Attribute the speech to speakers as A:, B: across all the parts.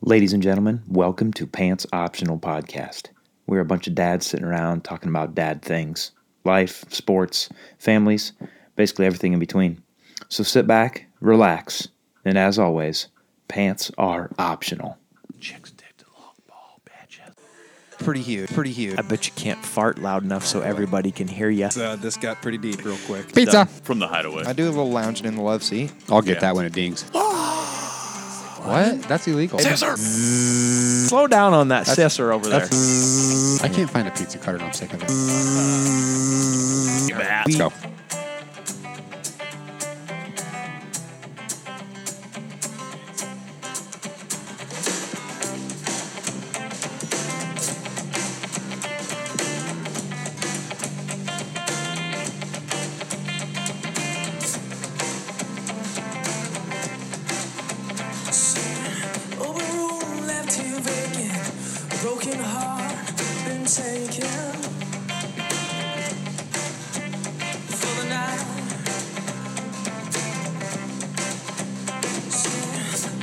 A: Ladies and gentlemen, welcome to Pants Optional Podcast. We're a bunch of dads sitting around talking about dad things life, sports, families, basically everything in between. So sit back, relax, and as always, pants are optional.
B: pretty huge. Pretty huge. I bet you can't fart loud enough so everybody can hear you.
C: Uh, this got pretty deep real quick.
D: Pizza.
E: from the hideaway.
B: I do a little lounging in the love seat.
D: I'll get
E: Yeah.
D: that when it dings. what? That's illegal.
B: Slow down on that scissor over there.
D: I can't find a pizza cutter. and I'm sick of it. Let's
E: Bats.
D: go.
F: Open room left here vacant. Broken heart been taken. For the night.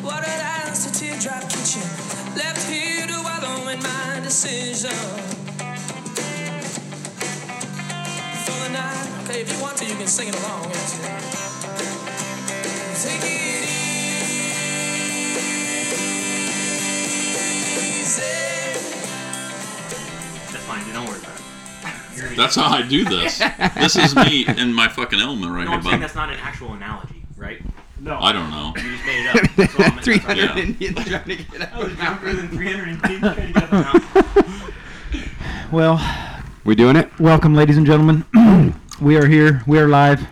F: What an eyes to teardrop kitchen. Left here to wallow in my decision. For the night. Okay, if you want to, you can sing it along. actually. Take it easy.
G: That's fine, dude. Don't worry about it.
E: That's how I do this. This is me in my fucking element right
G: No,
E: here,
G: I'm saying
E: bud.
G: that's not an actual analogy, right? No.
E: I don't know.
G: You just made it up. That's all I'm- that's all I'm-
E: Yeah.
G: That was younger than 380 trying to get up and out.
H: Well,
D: We doing it?
H: welcome, ladies and gentlemen. we are here. We are live.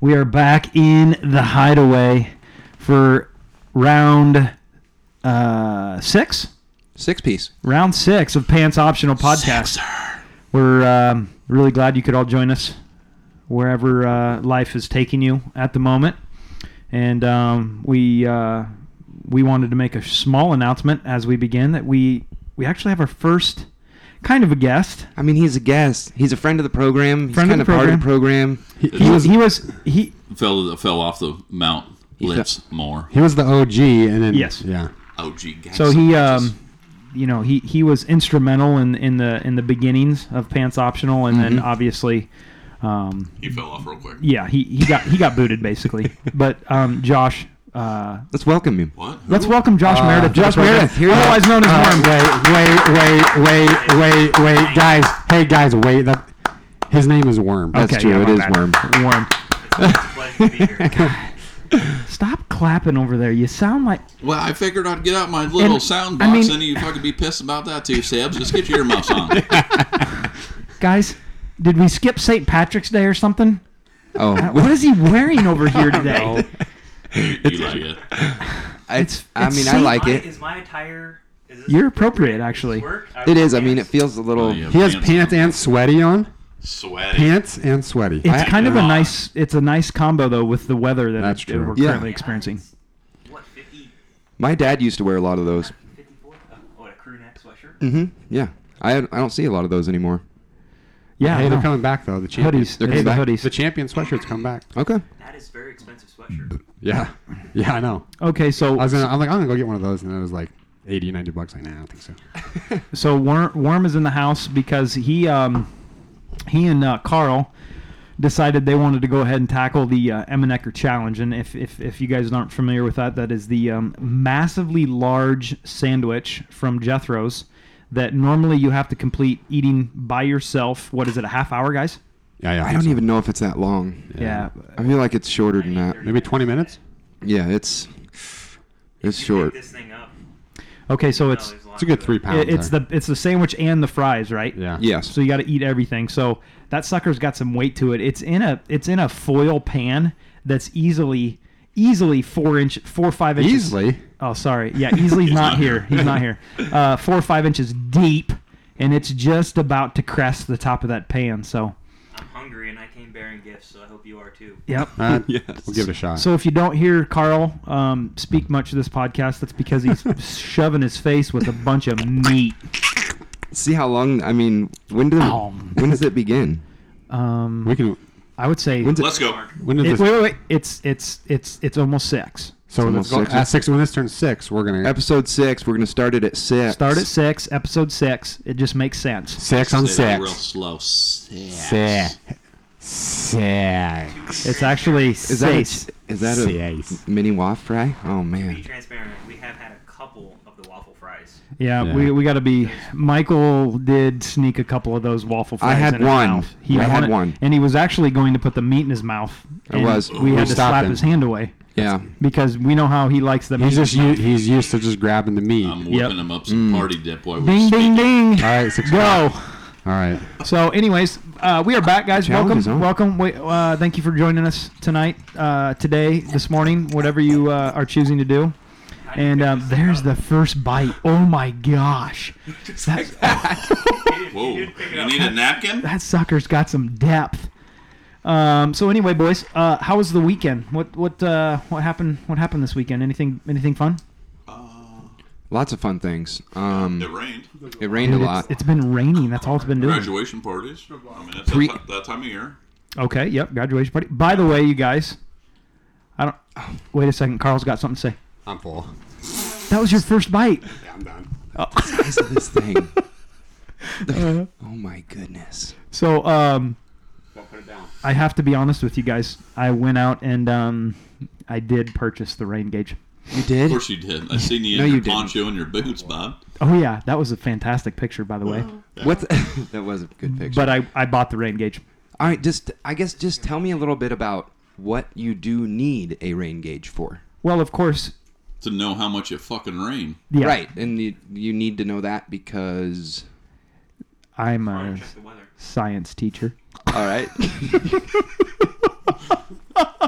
H: We are back in the hideaway for round uh, six.
D: Six piece.
H: Round six of Pants Optional Podcast. We're um, really glad you could all join us wherever uh, life is taking you at the moment. And um, we uh, we wanted to make a small announcement as we begin that we we actually have our first kind of a guest.
I: I mean, he's a guest. He's a friend of the program. He's
H: Friend of
I: kind
H: the
I: of, part of the program.
H: He was he was he
E: Fell that fell off the mount. Lips more.
D: He was the OG, and then
H: Yes.
D: yeah.
E: Oh gee. guys.
H: So he, um, you know, he, he was instrumental in, in the in the beginnings of Pants Optional, and
D: Mm-hmm.
H: then obviously, um,
E: he fell off real quick.
H: yeah, he, he got he got booted basically. But um, Josh, uh,
I: Let's welcome him.
E: What? Who?
H: let's welcome Josh Meredith. to the
D: Uh, Josh
H: program,
D: Meredith, here you go. Uh,
H: otherwise known as Worm.
D: wait, wait, wait, wait, wait, guys. Hey, guys, wait. That his name is Worm. That's
H: Okay,
D: true.
H: yeah,
D: it
H: my
D: is
H: bad.
D: Worm.
H: Worm,
G: Pleasure to be here.
H: stop clapping over there. You sound like
E: Well, I figured I'd get out my little
H: And-
E: sound
H: I
E: box,
H: mean-
E: and you fucking be pissed about that too, Sebs. Just get your earmuffs on.
H: guys. Did we skip St. Patrick's Day or something? Uh,
I: Oh,
H: What is he wearing over here today?
E: You like it?
I: it's. I
H: it's
I: mean, I
H: Saint-
I: like
G: My-
I: it.
G: Is my attire. Is this
H: You're appropriate, actually.
G: Work?
I: It is. I mean, it feels a little.
E: You have
D: He has pants
E: on.
D: and sweaty on.
E: sweaty.
D: Pants and sweaty.
H: It's
I: I-
H: kind of a nice. It's a nice combo though with the weather that
D: That's
H: it-
D: true.
H: we're
I: Yeah.
H: currently experiencing.
G: What, 50,
I: My dad used to wear a lot of those.
G: 54? Oh, what, a crew neck sweatshirt?
I: Mm. Yeah, I I don't see a lot of those anymore.
H: Yeah,
D: hey,
H: I
D: they're
H: know.
D: coming back though. The
H: hoodies.
D: champions.
H: It's the
I: back.
D: The
H: hoodies.
D: champion sweatshirts come back.
I: Okay.
G: That is very expensive sweatshirt.
D: Yeah, yeah, I know.
H: Okay, so
D: I was gonna, I'm like, I'm gonna go get one of those, and it was like 80, 90 bucks. Like, nah, I don't think so.
H: so Worm, Worm is in the house because he um he and uh, Carl decided they wanted to go ahead and tackle the uh, Emenecker challenge. And if, if if you guys aren't familiar with that, that is the um, massively large sandwich from Jethro's that normally you have to complete eating by yourself. What is it? A half hour, guys?
D: Yeah, yeah.
I: I don't even know if it's that long.
H: Yeah.
I: I feel like it's shorter than that.
D: Maybe 20 minutes.
I: Yeah, it's. It's
G: You pick
I: short.
G: this thing up.
H: Okay, so
G: No,
H: it's
G: there's
D: It's a good three pounds.
H: it- it's
D: there.
H: the it's the sandwich and the fries, right?
D: yeah.
I: Yes.
H: So you got to eat everything. So that sucker's got some weight to it. It's in a it's in a foil pan that's easily easily four inch four or five inches.
D: Easily.
H: Oh, sorry. Yeah, easily's not here. He's not here. Uh, four or five inches deep, and it's just about to crest the top of that pan. So
G: I'm hungry and I came bearing gifts, so I hope you are too.
H: yep.
D: Uh, We'll give it a shot.
H: So if you don't hear Carl um, speak much of this podcast, that's because he's shoving his face with a bunch of meat.
I: See how long? I mean, when do?
H: Ow.
I: When does it begin?
H: Um,
D: we can.
H: I would say
I: When's it?
E: Let's go.
D: When is
H: It,
D: this?
H: wait, wait, wait. It's it's it's it's almost six.
D: So
I: almost
D: that's go,
I: six.
D: uh, six. When this turns six, we're gonna
I: Episode six. We're gonna start it at six.
H: Start at six, episode six. It just makes sense.
D: six on
E: Say that Real
D: six.
E: slow. Six.
D: Six. Six.
H: It's actually
I: Is that
H: six.
I: a, is that a
D: Six.
I: mini waffle fry? Oh
G: To be
I: man.
G: transparent, we have had a couple of the waffle fries.
H: Yeah,
D: Yeah.
H: we, we got to be. Michael did sneak a couple of those waffle
I: I
H: fries.
I: had
H: in his
I: one.
H: mouth.
I: I had
H: wanted-
I: one.
H: and he was actually going to put the meat in his mouth.
I: I
H: and
I: was.
H: We
I: We
H: had to
I: stopped
H: slap
I: him.
H: his hand away
I: Yeah.
H: because we know how he likes the meat.
D: He's just u- he's used to just grabbing the meat.
E: I'm
D: All
E: whipping
H: Yep. Mm.
E: him up some party dip while we
H: ding,
E: speak.
H: ding, ding.
D: right, six.
H: Go.
D: All right.
H: So, anyways, uh, we are back, guys.
I: Challenge
H: Welcome,
I: is on.
H: welcome. We, uh, thank you for joining us tonight, uh, today, this morning, whatever you uh, are choosing to do. And um, there's the first bite. Oh my gosh,
E: Whoa. You need a napkin?
H: that sucker's got some depth. Um, so anyway, boys, uh, how was the weekend? What what uh, what happened? What happened this weekend? Anything anything fun?
I: Lots of fun things.
E: It
I: Um,
E: rained.
I: it rained a
H: It's-
I: lot.
H: it's been raining. That's all it's been doing.
E: Graduation parties. I mean, it's
I: Three-
E: that, ti- that time of year.
H: Okay. Yep. Graduation party. By the way, you guys, I don't. Wait a second. Carl's got something to say.
J: I'm full.
H: That was your first bite.
J: Yeah, I'm done.
I: Size of this thing. oh my goodness.
H: So um,
J: Don't put it down.
H: I have to be honest with you guys. I went out and um, I did purchase the rain gauge.
I: You did?
E: Of course you did. I seen you
I: No,
E: in
I: you
E: your
I: didn't.
E: poncho and your boots, Bob.
H: Oh yeah, that was a fantastic picture, by the way.
I: What? The, that was a good picture.
H: But I, I bought the rain gauge.
I: All right, just I guess just tell me a little bit about what you do need a rain gauge for.
H: Well, of course,
E: To know how much it fucking rained.
H: yeah.
I: Right, and you, you need to know that because
H: I'm
G: I
H: a
G: check the weather.
H: science teacher.
I: all right,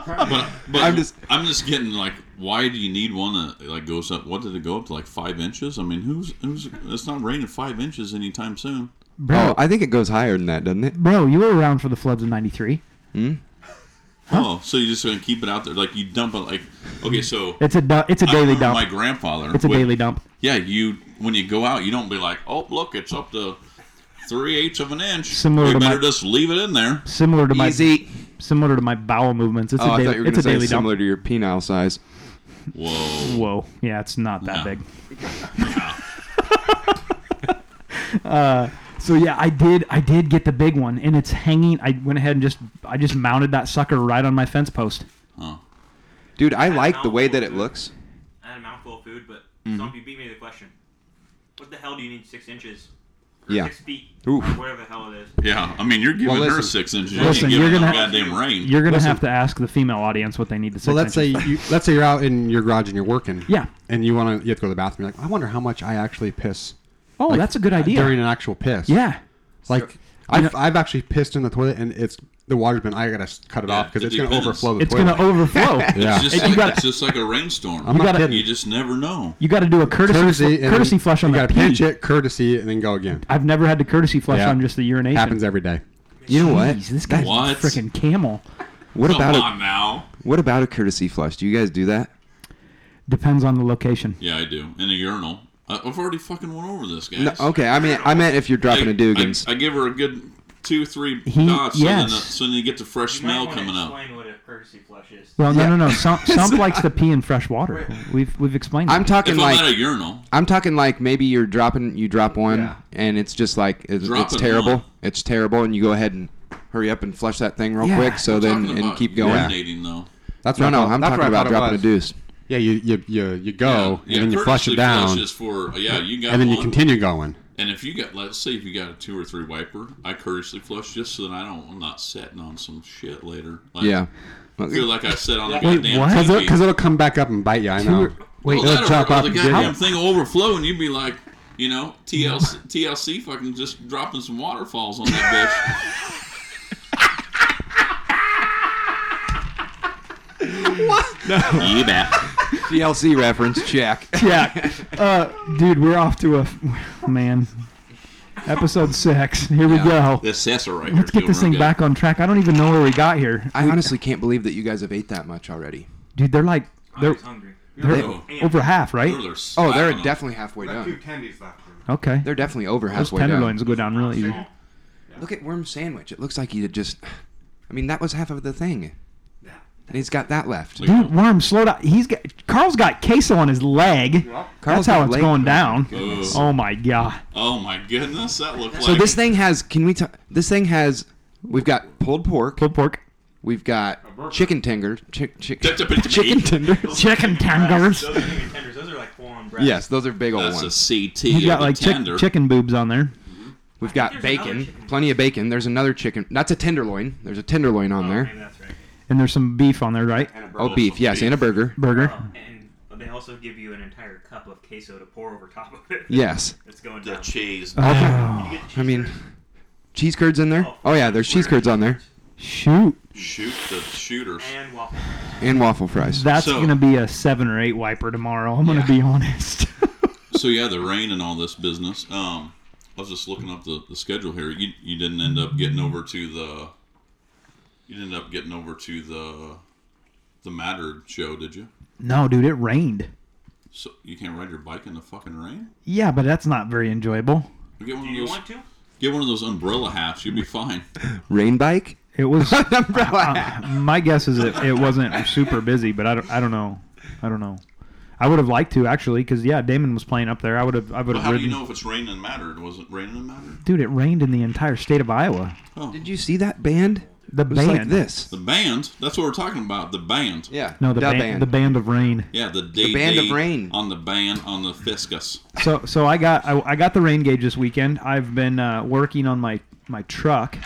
E: But, but
I: I'm
E: I'm
I: just-
E: just getting like, why do you need one that like goes up? What did it go up to? Like five inches? I mean, who's who's? It's not raining five inches anytime soon.
H: Bro,
I: I think it goes higher than that, doesn't it?
H: bro, you were around for the floods of '93.
E: Oh, so you're just gonna keep it out there? Like you dump it? Like okay, so
H: It's a du- it's a
E: I
H: daily
E: remember
H: dump.
E: My grandfather.
H: it's a
E: would-
H: daily dump.
E: Yeah, you when you go out, you don't be like, oh look, it's up to three eighths of an inch.
H: Similar
E: we
H: to my-
E: better just leave it in there.
H: Similar to my
I: Easy.
H: similar to my bowel movements. It's
I: Oh,
H: a
I: I
H: daily
I: thought you were
H: it's
I: gonna
H: a
I: say
H: daily
I: similar
H: dump.
I: to your penile size.
E: Whoa.
H: Whoa, yeah, it's not that
E: Yeah.
H: big. uh, so yeah, I did. I did get the big one, and it's hanging. I went ahead and just I just mounted that sucker right on my fence post.
E: Oh.
I: Dude, I like the way that it looks.
G: I had a mouthful of food, but
I: Mm-hmm.
G: Stump, you beat me to the question. What the hell do you need six inches? Or
I: Yeah.
G: Six feet.
I: Oof.
G: Or whatever the hell it is.
E: Yeah, I mean, you're giving
I: Well,
E: her
I: listen.
E: six inches.
H: Listen,
E: you
H: you're
E: are
H: gonna-
E: goddamn rain.
H: You're gonna
D: Listen.
H: have to ask the female audience what they need to.
D: So let's say you, let's say you're out and you're garage and you're working.
H: Yeah.
D: And you want to you have to go to the bathroom. You're like, I wonder how much I actually piss.
H: oh,
D: like,
H: that's a good idea.
D: During an actual piss.
H: yeah,
D: Like I've, I've actually pissed in the toilet and it's the water's been I gotta s- cut it
E: Yeah,
D: off because
E: it
D: it's gonna
E: depends.
D: overflow the
H: it's
D: toilet.
H: gonna overflow.
D: yeah.
E: It's just,
H: Hey, you
E: like,
H: gotta-
E: it's just like a rainstorm.
D: I'm
E: You,
D: not
H: gotta-
D: kidding.
E: just never know.
H: You got to do a courtesy
D: courtesy
H: courtesy,
D: and
H: courtesy
D: then
H: flush on
D: you
H: that
D: gotta
H: pee.
D: pinch it, courtesy, and then go again.
H: I've never had to courtesy flush
D: Yeah.
H: on just the urination.
D: Happens every day.
I: You know what?
H: Jeez, this guy's
E: What?
H: a freaking camel.
I: What
E: Come
I: about
E: on
I: a
E: now.
I: what about a courtesy flush? Do you guys do that?
H: Depends on the location.
E: Yeah, I do. In a urinal. I, I've already fucking went over this, guys.
I: No, okay, I mean I meant if you're
E: I,
I: dropping a Dugan's.
E: I, I give her a good two, three
H: He-
E: dots,
H: yes.
E: so, then, so then you get the fresh
G: You might
E: smell
G: wanna
E: coming up.
G: explain what a courtesy flush is.
H: Well, no,
I: Yeah.
H: no, no. Sump, Sump likes to pee in fresh water. We've we've explained.
I: I'm
H: that.
I: talking
E: If I'm at
I: like
E: a urinal,
I: I'm talking like maybe you're dropping you drop one
D: Yeah.
I: and it's just like it's, it's
E: Dropping
I: terrible.
E: one.
I: It's terrible and you go ahead and hurry up and flush that thing real
H: Yeah.
I: quick so then
E: talking
I: and
E: about
I: keep going.
E: urinating, though.
D: That's
I: No,
D: what I
I: no,
D: thought-
I: I'm
D: that's
I: talking
D: what I thought
I: about
D: it
I: dropping a
D: was.
I: deuce.
D: Yeah, you you you, you
J: Oh,
D: go
E: yeah,
D: and then you flush
E: courtesy
D: it down,
E: flush is for yeah. You got
D: and then you
E: one.
D: continue going.
E: And if you got, let's say, if you got a two or three wiper, I courteously flush just so that I don't, I'm not sitting on some shit later. Like,
I: Yeah.
E: I feel like I sat on the
H: Wait,
E: goddamn
H: what?
D: Because
E: TV.
D: it'll, 'cause it'll come back up and bite you. I know.
E: Well,
D: it'll
E: that'll-
D: drop
E: or
D: up
E: The
D: and get
E: goddamn
D: you.
E: thing will overflow, and you'd be like, you know, TLC, TLC fucking just dropping some waterfalls on that bitch. what? You bet.
I: DLC reference check.
H: yeah, uh, dude, we're off to a oh, man. Episode six. Here we go.
E: This Sessa right
H: Let's
E: here
H: get
E: is
H: this
E: doing
H: thing
E: real
H: back on track. I don't even know where we got here,
I: I honestly can't believe that you guys have ate that much already.
H: dude. They're like
G: I
H: they're
G: was hungry.
H: they're
E: Oh.
H: over half, right?
E: good. They're
I: Oh, they're
E: slapping
I: definitely halfway
J: Got two
I: done.
J: tendies left.
H: Okay.
I: They're definitely over
H: Those
I: halfway done.
H: tenderloins go down really easy.
I: Look at worm sandwich. It looks like you just. I mean, that was half of the thing.
J: Yeah.
I: and he's got that left.
E: Look
H: Dude, Worm, slow down. He's got Carl's got queso on his leg.
I: Carl's
H: That's how
I: got
H: it's
I: leg-
H: going down.
E: goodness.
H: Oh my god.
E: Oh my goodness, that looked
I: So
E: like
I: this thing has. Can we? T- this thing has. We've got pulled pork.
H: Pulled pork.
I: We've got chicken tender. Chick, chick,
E: Chicken
I: chicken tender.
H: Chicken tenders.
G: Those aren't even tenders. Those are like full-on breasts.
I: Yes, those are big old
E: That's a
I: ones.
E: CT.
H: He's
E: of
H: got
E: a
H: like chick,
E: tender.
H: chicken boobs on there.
I: We've got
G: there's another
I: bacon.
G: chicken.
I: Plenty of bacon. There's another chicken. That's a tenderloin. There's a tenderloin on there.
G: Maybe that's right.
H: And there's some beef on there, right?
I: Oh, beef. Yes, and a burger.
H: Burger.
E: Uh-huh.
G: Oh, and they also give you an entire cup of queso to pour over top of it.
I: Yes.
G: It's going
E: The
G: down.
E: cheese.
H: Oh,
G: You get the
I: I mean,
G: cheese
I: cheese curds in there. Oh yeah, there's cheese curds on there
H: shoot.
E: Shoot the shooters.
G: and waffle.
I: and waffle fries.
H: That's
E: So-
H: gonna be a seven or eight wiper tomorrow. I'm gonna be honest.
E: So yeah, the rain and all this business. Um, I was just looking up the, the schedule here. You you didn't end up getting over to the. You didn't end up getting over to the, the Matter show, did you?
H: no, dude, it rained.
E: So you can't ride your bike in the fucking rain.
H: Yeah, but that's not very enjoyable.
E: Get one
G: Do
E: of
G: you
E: those.
G: want to?
E: Get one of those umbrella hats. You'll be fine.
I: Rain bike.
H: It was.
I: Umbrella hat.
H: uh, my guess is it, it wasn't super busy, but I don't. I don't know. I don't know. I would have liked to actually, because yeah, Damon was playing up there. I would have. I would
E: But
H: have
E: how do
H: ridden.
E: you know if it's raining and Matter? Was it raining and Matter?
H: Dude, it rained in the entire state of Iowa.
I: Did you see that band?
H: The
I: It was
H: band.
I: like this.
E: The band. That's what we're talking about. The band.
I: Yeah.
H: No, the, band, The band of rain.
E: Yeah, the day
I: band of rain.
E: on the band on the fiscus.
H: So, so I got I, I got the rain gauge this weekend. I've been uh, working on my my truck.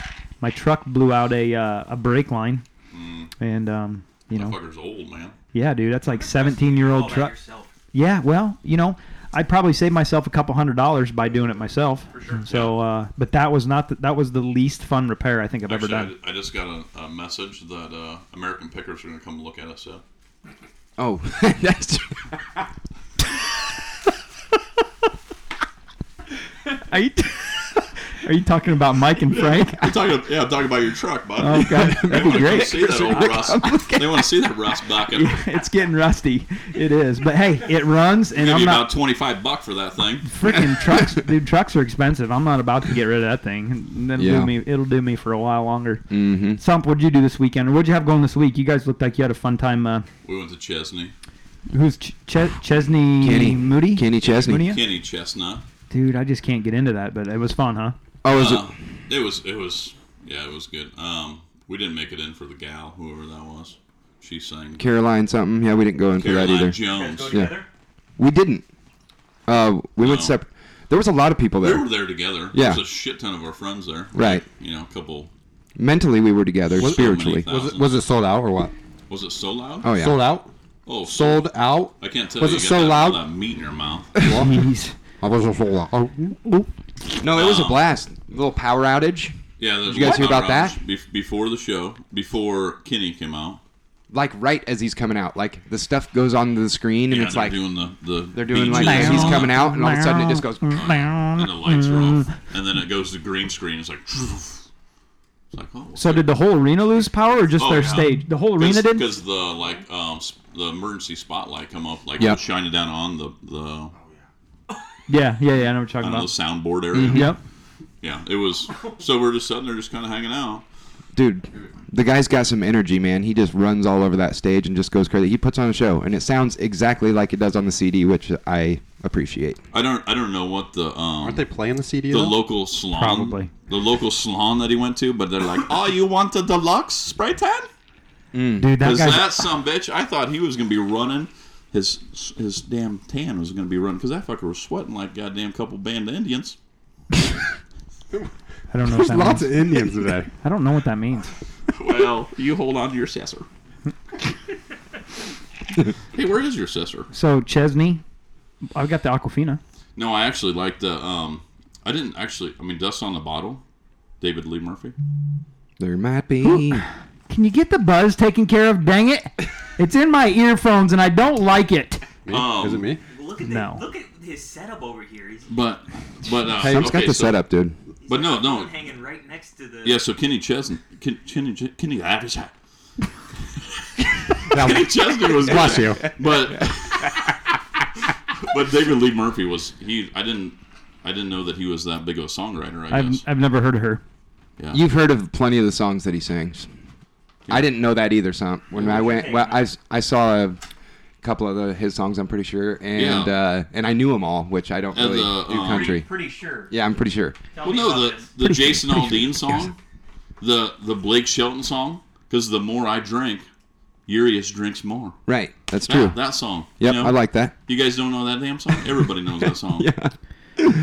H: My truck blew out a uh, a brake line,
E: Mm.
H: and um, you know,
E: Fucker's old man.
H: yeah, dude, that's like 17 year
G: All
H: old
G: by
H: truck.
G: yourself.
H: Yeah, well, you know, I probably saved myself a couple hundred dollars by doing it myself. So, uh, but that was not the, that was the least fun repair I think I've
E: Actually,
H: ever done.
E: I, I just got a, a message that uh, American Pickers are going to come look at us. So.
I: Oh, that's.
H: Are you, are you talking about Mike and Frank?
E: I'm talking, yeah, I'm talking about your truck, bud.
H: Oh God,
E: They
H: that'd
E: want
H: be
E: to come
H: great.
E: see that old rust. They want to see that rust bucket.
H: it's getting rusty. It is, but hey, it runs, and
E: Give
H: I'm
E: you
H: not
E: about 25 buck for that thing.
H: freaking trucks. Dude, trucks are expensive. I'm not about to get rid of that thing. And then
I: Yeah. Mm.
H: do me, it'll do me for a while longer. Mm-hmm. Sump, what'd you do this weekend? Or what'd you have going this week? You guys looked like you had a fun time. Uh,
E: We went to Chesney.
H: who's Ch- Ch- Chesney
I: Kenny.
H: Moody?
I: Kenny Chesney.
H: Moody?
E: Kenny Chestnut.
H: Dude, I just can't get into that, but it was fun, huh?
I: Oh, is
E: Uh,
I: it?
E: it was, it was, yeah, it was good. Um, we didn't make it in for the gal, whoever that was. She sang
I: Caroline something? Yeah, we didn't go in for that
E: Caroline
I: either.
E: Jones.
G: Go
I: Yeah.
G: together.
I: We didn't. Uh, we went
E: No.
I: separate. There was a lot of people
E: We
I: there.
E: were there together.
I: Yeah.
E: There's a shit ton of our friends there.
I: Right.
E: You know, a couple.
I: Mentally, we were together.
E: so many
I: spiritually,
E: thousands.
D: Was it, was it sold out or what?
E: Was it so loud?
I: oh yeah.
D: Sold out?
E: Oh, so-
D: Sold out?
E: I can't tell.
D: Was
E: you
D: it
E: got
D: so
E: that,
D: loud?
E: That meat in your mouth.
H: Jeez.
D: I wasn't sold out. Oh,
I: No, it was a
E: Um,
I: blast. little power outage,
E: Yeah. Did
I: you guys hear about that?
E: before the show, before Kenny came out.
I: like right as he's coming out. Like the stuff goes on the screen, and
E: Yeah,
I: it's
E: they're
I: like
E: doing the, the
I: they're doing like
E: beaches and
I: he's
E: all
I: coming Mm.
E: that,
I: out, and all of a sudden it just goes.
E: and the lights are off, and then it goes to green screen. It's like, it's like oh.
H: So did the whole arena lose power or just their stage? The whole arena did?
E: because the like um s- the emergency spotlight come up like
I: Yep.
E: it was shining down on the the
H: Yeah, yeah, yeah, I know what you're talking
E: on the
H: about.
E: soundboard area.
I: Mm-hmm.
H: Yep.
E: Yeah, it was. So we're just sitting there, just kind of hanging out.
I: Dude, the guy's got some energy, man. He just runs all over that stage and just goes crazy. He puts on a show, and it sounds exactly like it does on the CD, which I appreciate.
E: I don't I don't know what the um
D: Aren't they playing the CD?
E: the
D: though?
E: local salon,
H: Probably.
E: the local salon that he went to, but they're like, "Oh, you want the deluxe spray tan?"
I: Mm.
H: Dude, that
E: Is
H: guy's
E: that some bitch? I thought he was gonna be running. His his damn tan was gonna be running because that fucker was sweating like goddamn couple band of Indians.
H: I don't know what that
D: Lots
H: means.
D: of Indians today.
H: I don't know what that means.
E: Well, you hold on to your sisser. hey, where is your sisser?
H: So Chesney, I've got the Aquafina.
E: No, I actually like the um. I didn't actually. I mean, dust on the bottle. David Lee Murphy.
I: There might be.
H: Can you get the buzz taken care of? Dang it. It's in my earphones and I don't like it.
D: Me?
E: Um,
D: Is it me?
G: Look at the,
H: No.
G: look at his setup over here. He's
E: But but uh,
I: Sam's got
E: okay,
I: the
E: so-
I: setup, dude.
E: But no, no,
G: hanging right next to the.
E: Yeah, so Kenny Chesney, Ken, Kenny, Ch- Kenny, Kenny,
D: Now,
E: Kenny Chesney was
D: bless you.
E: but but David Lee Murphy was he. I didn't I didn't know that he was that big of a songwriter. I
H: I've,
E: guess
H: I've never heard of her.
E: yeah.
I: You've heard of plenty of the songs that he sings. I didn't know that either, Sump. When I went, well, I, s- I saw a couple of the, his songs, I'm pretty sure, and
E: Yeah.
I: uh, and I knew them all, which I don't
E: And
I: really
E: the,
I: do
E: um,
I: country.
G: Pretty sure.
I: Yeah, I'm pretty sure.
G: Tell
E: Well,
G: me about
E: no, the
G: this.
E: the Jason Aldean song, the the Blake Shelton song, because the more I drink, Urius drinks more.
I: Right, that's
E: That,
I: true.
E: that song.
I: yep,
E: you know?
I: I like that.
E: You guys don't know that damn song? Everybody knows that song.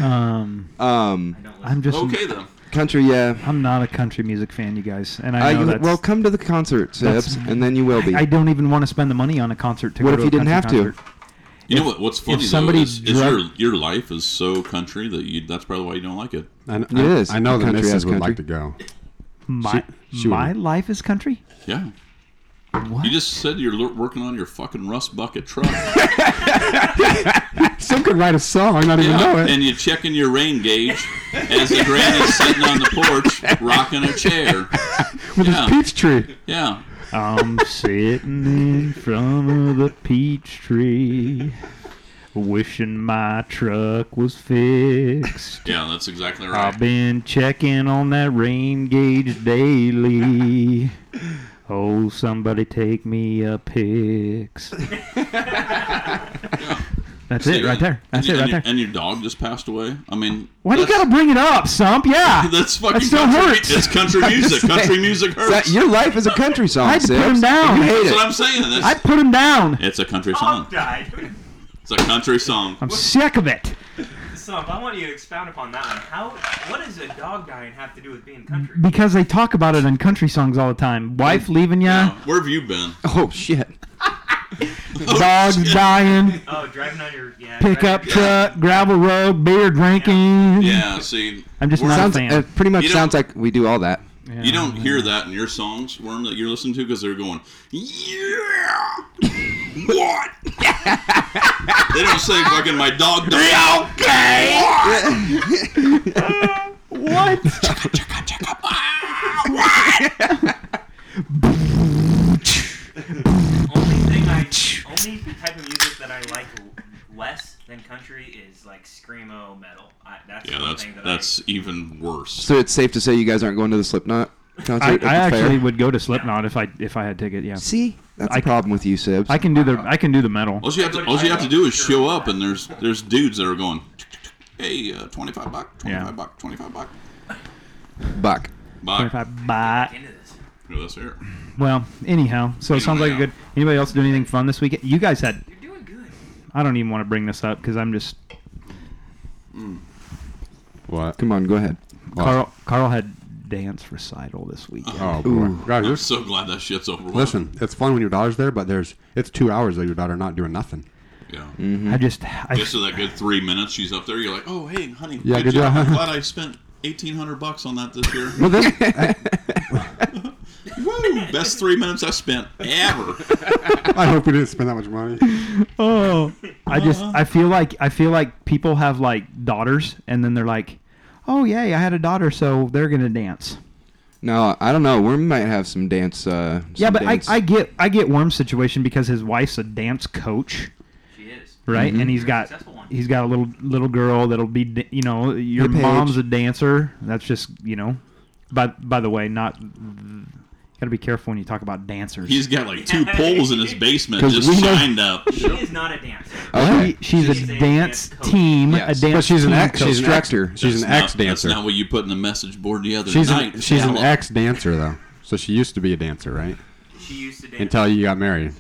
H: Um,
I: Um,
G: I don't
H: I'm just
E: Okay then.
I: country, yeah.
H: I'm not a country music fan, you guys, and
I: Uh,
H: I know
I: you,
H: that's,
I: well, come to the concert,
H: that's-
I: Sibs, and then you will be.
H: I don't even want to spend the money on a concert to
I: What
H: go
I: if
H: to
I: you
H: a
I: didn't
H: country
I: have to?
H: concert.
E: You know what? What's funny
H: somebody
E: though is, is
H: drug-
E: your your life is so country that you that's probably why you don't like it.
D: I, I,
I: is.
D: I know the
I: Country ass
D: missus would like to
I: country.
D: go.
H: My
D: She- she
H: my
D: wouldn't.
H: life is country.
E: Yeah.
H: What?
E: You just said you're lo- working on your fucking rust bucket truck,
D: Some could write a song, not even know
E: yeah,
D: it.
E: and you're checking your rain gauge as the granny's sitting on the porch rocking a chair.
D: With
E: yeah.
D: his peach tree.
E: Yeah,
H: I'm sitting in front of the peach tree, wishing my truck was fixed.
E: yeah, that's exactly right.
H: I've been checking on that rain gauge daily. Oh, somebody take me a pics. That's it right there. That's
E: and, your-
H: it right
E: and your-
H: there.
E: And your dog just passed away. I mean,
H: Why do you
E: that's-
H: gotta bring it up, Sump? Yeah.
E: That's fucking
H: still
E: country.
H: hurts.
E: It's country music. country music hurts.
I: That- your life is a country song,
H: I had to put
I: Sibs.
H: him down.
I: You hate
E: That's what
I: it.
E: I'm saying. That's,
H: I put him down.
E: it's a country
G: Sump
E: song.
G: died.
E: It's a country song.
H: I'm sick of it.
G: Sump, I want you to expound upon that one. How? What does a dog dying have to do with being country?
H: Because they talk about it in country songs all the time. Wife leaving ya,
E: Where have you been?
I: Oh, shit.
H: dogs dying,
G: Oh, driving on your yeah.
H: pickup
G: driving-
H: truck, gravel road, beer drinking.
E: Yeah, see,
H: I'm just
E: Worm,
H: not a
I: Sounds,
H: fan.
I: it pretty much
E: You don't-
I: sounds like we do all that.
E: You don't hear that in your songs, Worm, that you're listening to, because they're going, yeah, what? they don't say fucking my dog died. Okay.
H: What?
G: Only thing I, only type of music that I like l- less than country is like screamo metal. I, that's
E: Yeah,
G: the
E: that's
G: thing that
E: that's even worse.
I: So it's safe to say you guys aren't going to the Slipknot concert?
H: I,
I: if
H: I
I: it's fair?
H: actually would go to Slipknot if I if I had ticket. Yeah,
I: See? That's
H: I-
I: the problem with you, Sibs.
H: I can do the I can do the metal.
E: All you have to all you have to do is show up, and there's there's dudes that are going, hey, uh, twenty five buck, twenty
H: Yeah.
E: five buck, twenty five buck.
I: Buck.
H: If
E: Buy.
H: I buy,
G: I into this.
E: Here, let's hear. it.
H: well, anyhow. So it sounds like a good. Anybody else do anything fun this weekend? You guys had.
G: You're doing good.
H: I don't even want to bring this up because I'm just
D: What?
I: Come on, go ahead.
H: Carl. Carl had dance recital this weekend.
D: Oh, boy. God,
E: I'm
D: you're-
E: so glad that shit's over. with.
D: listen, it's fun when your daughter's there, but there's it's two hours of your daughter not doing nothing.
E: Yeah.
H: I just I,
E: Just so that good three minutes she's up there, you're like, oh hey, honey,
D: Yeah, good
E: good, job.
D: job."
E: I'm glad I spent eighteen hundred bucks on that this year.
D: Well, then,
E: Woo! Best three minutes I spent ever.
D: I hope we didn't spend that much money.
H: oh i just
G: Uh-huh.
H: i feel like i feel like people have like daughters and then they're like oh yay i had a daughter so they're gonna dance
I: No, I don't know. We might have some dance. Uh,
H: yeah
I: some
H: but I,
I: dance-
H: I get i get worm's situation because his wife's a dance coach
G: She is.
H: right
D: Mm-hmm.
H: and he's got
G: Successful one.
H: he's got a little little girl that'll be da- you know your
I: Paige.
H: mom's a dancer that's just you know by by the way not gotta be careful when you talk about dancers
E: He's got like two poles in his basement
I: 'Cause
E: just
I: we know-
E: signed up.
G: She is not a dancer.
I: Okay.
H: She- Oh, she's,
G: She's
H: a,
G: a
H: dance,
G: dance coach.
H: team
I: Yes.
H: a dance
D: But she's an
H: team
D: ex.
H: coach.
D: She's an ex.
I: Instructor.
D: She's an
E: That's not-
D: ex dancer.
E: That's not what you put in the message board the other
D: She's
E: night.
D: an she's an
E: pal.
D: ex dancer though, so she used to be a dancer, right?
G: She used to dance.
D: Until you got married,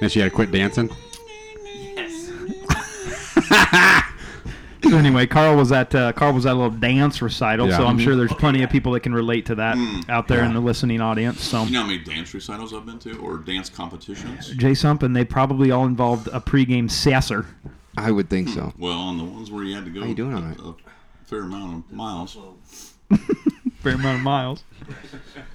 D: and she had to quit dancing.
G: yes.
H: So anyway, Carl was at uh, Carl was at a little dance recital,
D: Yeah. Mm.
H: so I'm
D: Mhm.
H: sure
G: Mm-hmm.
H: there's plenty of people that can relate to that out there in the listening audience. So
E: You know how many dance recitals I've been to or dance competitions?
H: Jay Sump and they probably all involved a pregame sasser.
I: I would think so.
E: Well, on the ones where you had to go
I: you doing all
E: a,
I: right?
E: a fair amount of miles.
H: Fair amount of miles.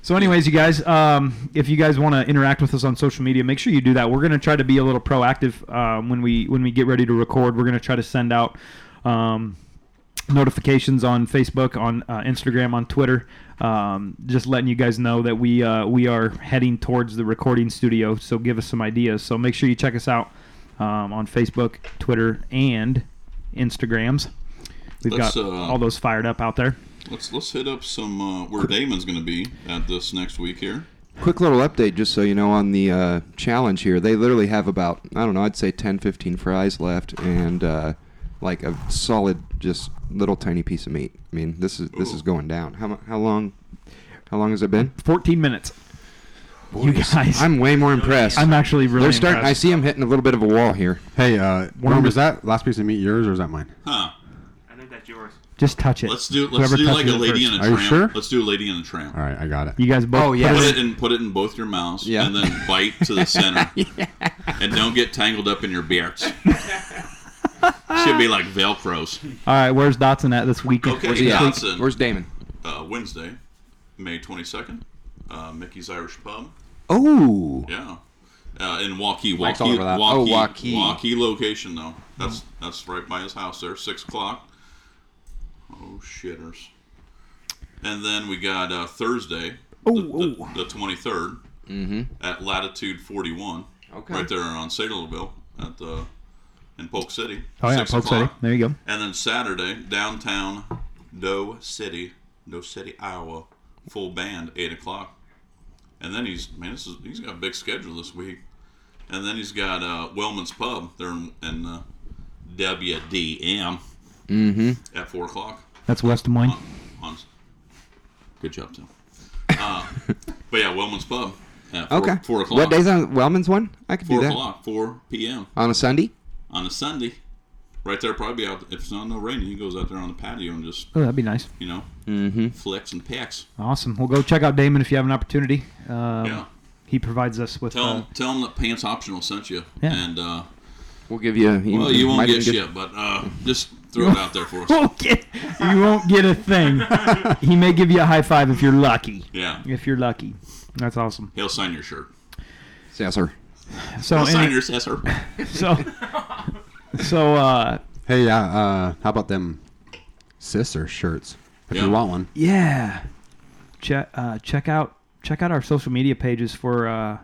H: So, anyways, you guys, um, if you guys want to interact with us on social media, make sure you do that. We're gonna try to be a little proactive um, when we when we get ready to record. We're gonna try to send out um, notifications on Facebook, on uh, Instagram, on Twitter. Um, just letting you guys know that we uh, we are heading towards the recording studio. So give us some ideas. So make sure you check us out um, on Facebook, Twitter, and Instagrams. We've
E: Let's,
H: got
E: uh,
H: all those fired up out there.
E: Let's let's hit up some uh, where Damon's going to be at this next week here.
I: Quick little update, just so you know, on the uh, challenge here. They literally have about, I don't know, I'd say 10, 15 fries left and uh, like a solid, just little tiny piece of meat. I mean, this is this is going down. How, mu- how long How long has it been?
H: 14 minutes. you guys, I'm,
I: I'm way more impressed.
H: actually really
I: They're starting, I
H: impressed.
I: see them hitting a little bit of a wall here.
D: Hey, uh,
H: Worm
D: Worm,
H: is-
D: is that last piece of meat yours or is that mine?
E: Huh.
G: I think that's yours.
H: Just touch it.
E: Let's do let's
H: Whoever
E: do like a
H: touches it
E: lady in
H: first.
E: a
D: Are you
E: tramp.
D: sure?
E: Let's do a lady in a tramp.
D: All right, I got it.
H: You guys both.
I: Oh,
H: put
I: yeah.
H: it
E: Put
H: in-
E: it in put it in both your mouths
I: Yeah.
E: and then bite to the center. And don't get tangled up in your beards. Should be like Velcros.
H: All right, where's Dotson at this week?
E: Okay,
I: he at?
E: Johnson.
I: Where's Damon?
E: uh, Wednesday, May 22nd, uh, Mickey's Irish Pub.
I: Oh.
E: Yeah. Uh, in Waukee,
I: Mike's
E: Waukee,
I: all over that. Oh, Waukee.
E: Waukee, Waukee location though. That's that's right by his house there. Six o'clock. Oh shitters! And then we got uh, Thursday, the- the twenty third, at Latitude forty one.
I: Okay.
E: Right there on Saylorville at the in Polk City.
H: Oh yeah,
E: Six
H: Polk City.
E: o'clock.
H: There you go.
E: And then Saturday, downtown Doe City, Doe City, Iowa, full band, eight o'clock. And then he's man, this is he's got a big schedule this week. And then he's got uh, Wellman's Pub there in, in uh, WDM
I: Mm-hmm.
E: at four o'clock.
H: That's West Des Moines.
E: On, good job, Tim. Uh, but yeah, Wellman's Pub at four,
I: Okay.
E: four o'clock.
I: What day's on Wellman's one? I could
E: Four
I: do that.
E: o'clock, four p.m.
I: On a Sunday?
E: on a Sunday. Right there, probably out. If it's not no rain, he goes out there on the patio and just
H: Oh, that'd be nice.
E: you know, mm-hmm. flicks and packs.
H: Awesome. Well, go check out Damon if you have an opportunity. Um,
E: yeah.
H: He provides us with.
E: Tell
H: Uh,
E: him, tell him that pants optional sent you,
H: Yeah.
E: and uh,
I: We'll give you. you
E: well, you won't
I: might
E: get
I: even
E: shit, but uh, just throw it out there for us.
H: won't get, you won't get a thing. he may give you a high five if you're lucky.
E: Yeah,
H: If you're lucky, that's awesome.
E: he'll sign your shirt.
I: Sasser.
H: So,
E: He'll sign
H: any,
E: your sasser.
H: so, so, uh,
D: Hey, yeah, uh, how about them sister shirts? If
E: Yeah.
D: you want one.
H: yeah. Check uh, check out check out our social media pages for. Uh,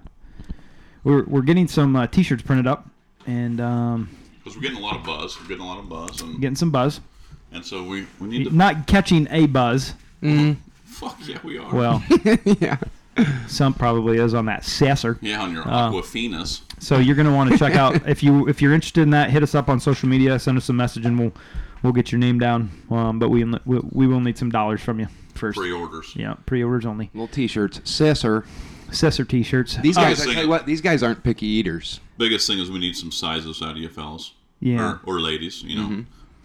H: we're we're getting some uh, t-shirts printed up and um,
E: because we're getting a lot of buzz. We're getting a lot of buzz, and,
H: getting some buzz.
E: and so we, we need to
H: Not catching a buzz.
E: fuck yeah we are.
H: Well,
I: yeah.
H: some probably is on that sasser.
E: yeah, on your Aquafina's.
H: So you're gonna want to check out if you if you're interested in that. Hit us up on social media. Send us a message, and we'll we'll get your name down. Um, but we we we will need some dollars from you first.
E: pre-orders.
H: Yeah, pre-orders only.
I: Little T-shirts. Sasser.
H: Cessor T-shirts. Uh,
I: These
E: I was
I: guys. I tell
E: thinking-
I: you what. These guys aren't picky eaters.
E: Biggest thing is we need some sizes out of you fellas,
H: yeah,
E: or, or ladies. You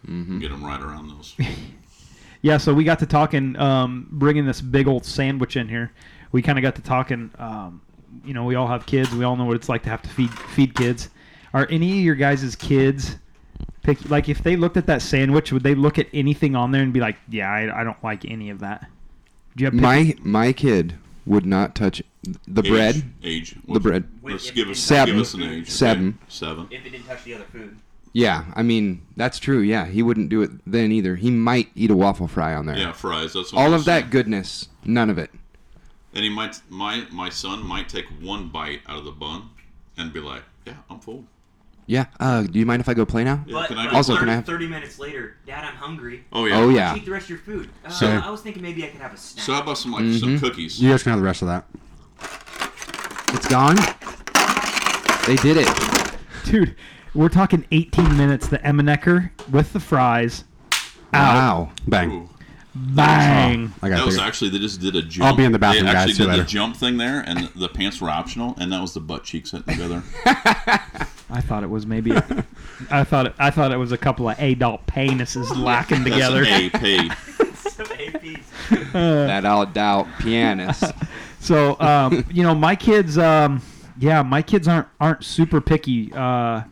E: know, get them right around those.
H: yeah. So we got to talking, um, bringing this big old sandwich in here. We kind of got to talking. Um, you know, we all have kids. We all know what it's like to have to feed feed kids. Are any of your guys' kids? Pick, like if they looked at that sandwich, would they look at anything on there and be like, "Yeah, I, I don't like any of that"? Do you have picky-
I: My my kid would not touch the
E: Age-
I: bread.
E: age.
I: The bread.
E: Let's
G: Wait,
E: give us
I: Seven.
E: Give us an age. okay?
I: Seven.
E: Seven.
G: If it didn't touch the other food.
I: Yeah, I mean that's true. Yeah, he wouldn't do it then either. He might eat a waffle fry on there.
E: Yeah, fries. That's what
I: All
E: I'm
I: of
E: saying.
I: that goodness, none of it.
E: And he might, my my son might take one bite out of the bun and be like, "Yeah, I'm full."
I: Yeah. Uh, do you mind if I go play now?
E: Yeah,
G: but
E: can I
G: like,
E: go
I: Also,
G: 30,
E: play?
I: can I have-
G: Thirty minutes later, Dad, I'm hungry.
E: Oh yeah.
I: Oh yeah.
G: Eat the rest of your food. Uh,
D: So-
G: I was thinking maybe I could have a snack.
E: So how about some like some cookies?
D: You guys can have the rest of that.
I: It's gone. They did it.
H: Dude, we're talking 18 minutes. The Emmenecker with the fries.
I: Wow.
D: Bang.
E: Ooh.
H: Bang.
D: I
E: That
D: got
E: was
D: it.
E: actually they just did a jump.
D: be in the bathroom,
E: They
D: guys.
E: actually
D: See you
E: did
D: later.
E: the jump thing there, and the, the pants were optional, and that was the butt cheeks hitting together.
H: I thought it was maybe. a- I thought it, I thought it was a couple of adult penises locking
E: That's
H: together.
E: an AP.
G: Some APs.
I: That out doubt pianist.
H: So um, you know, my kids, um, yeah, my kids aren't aren't super picky. Uh,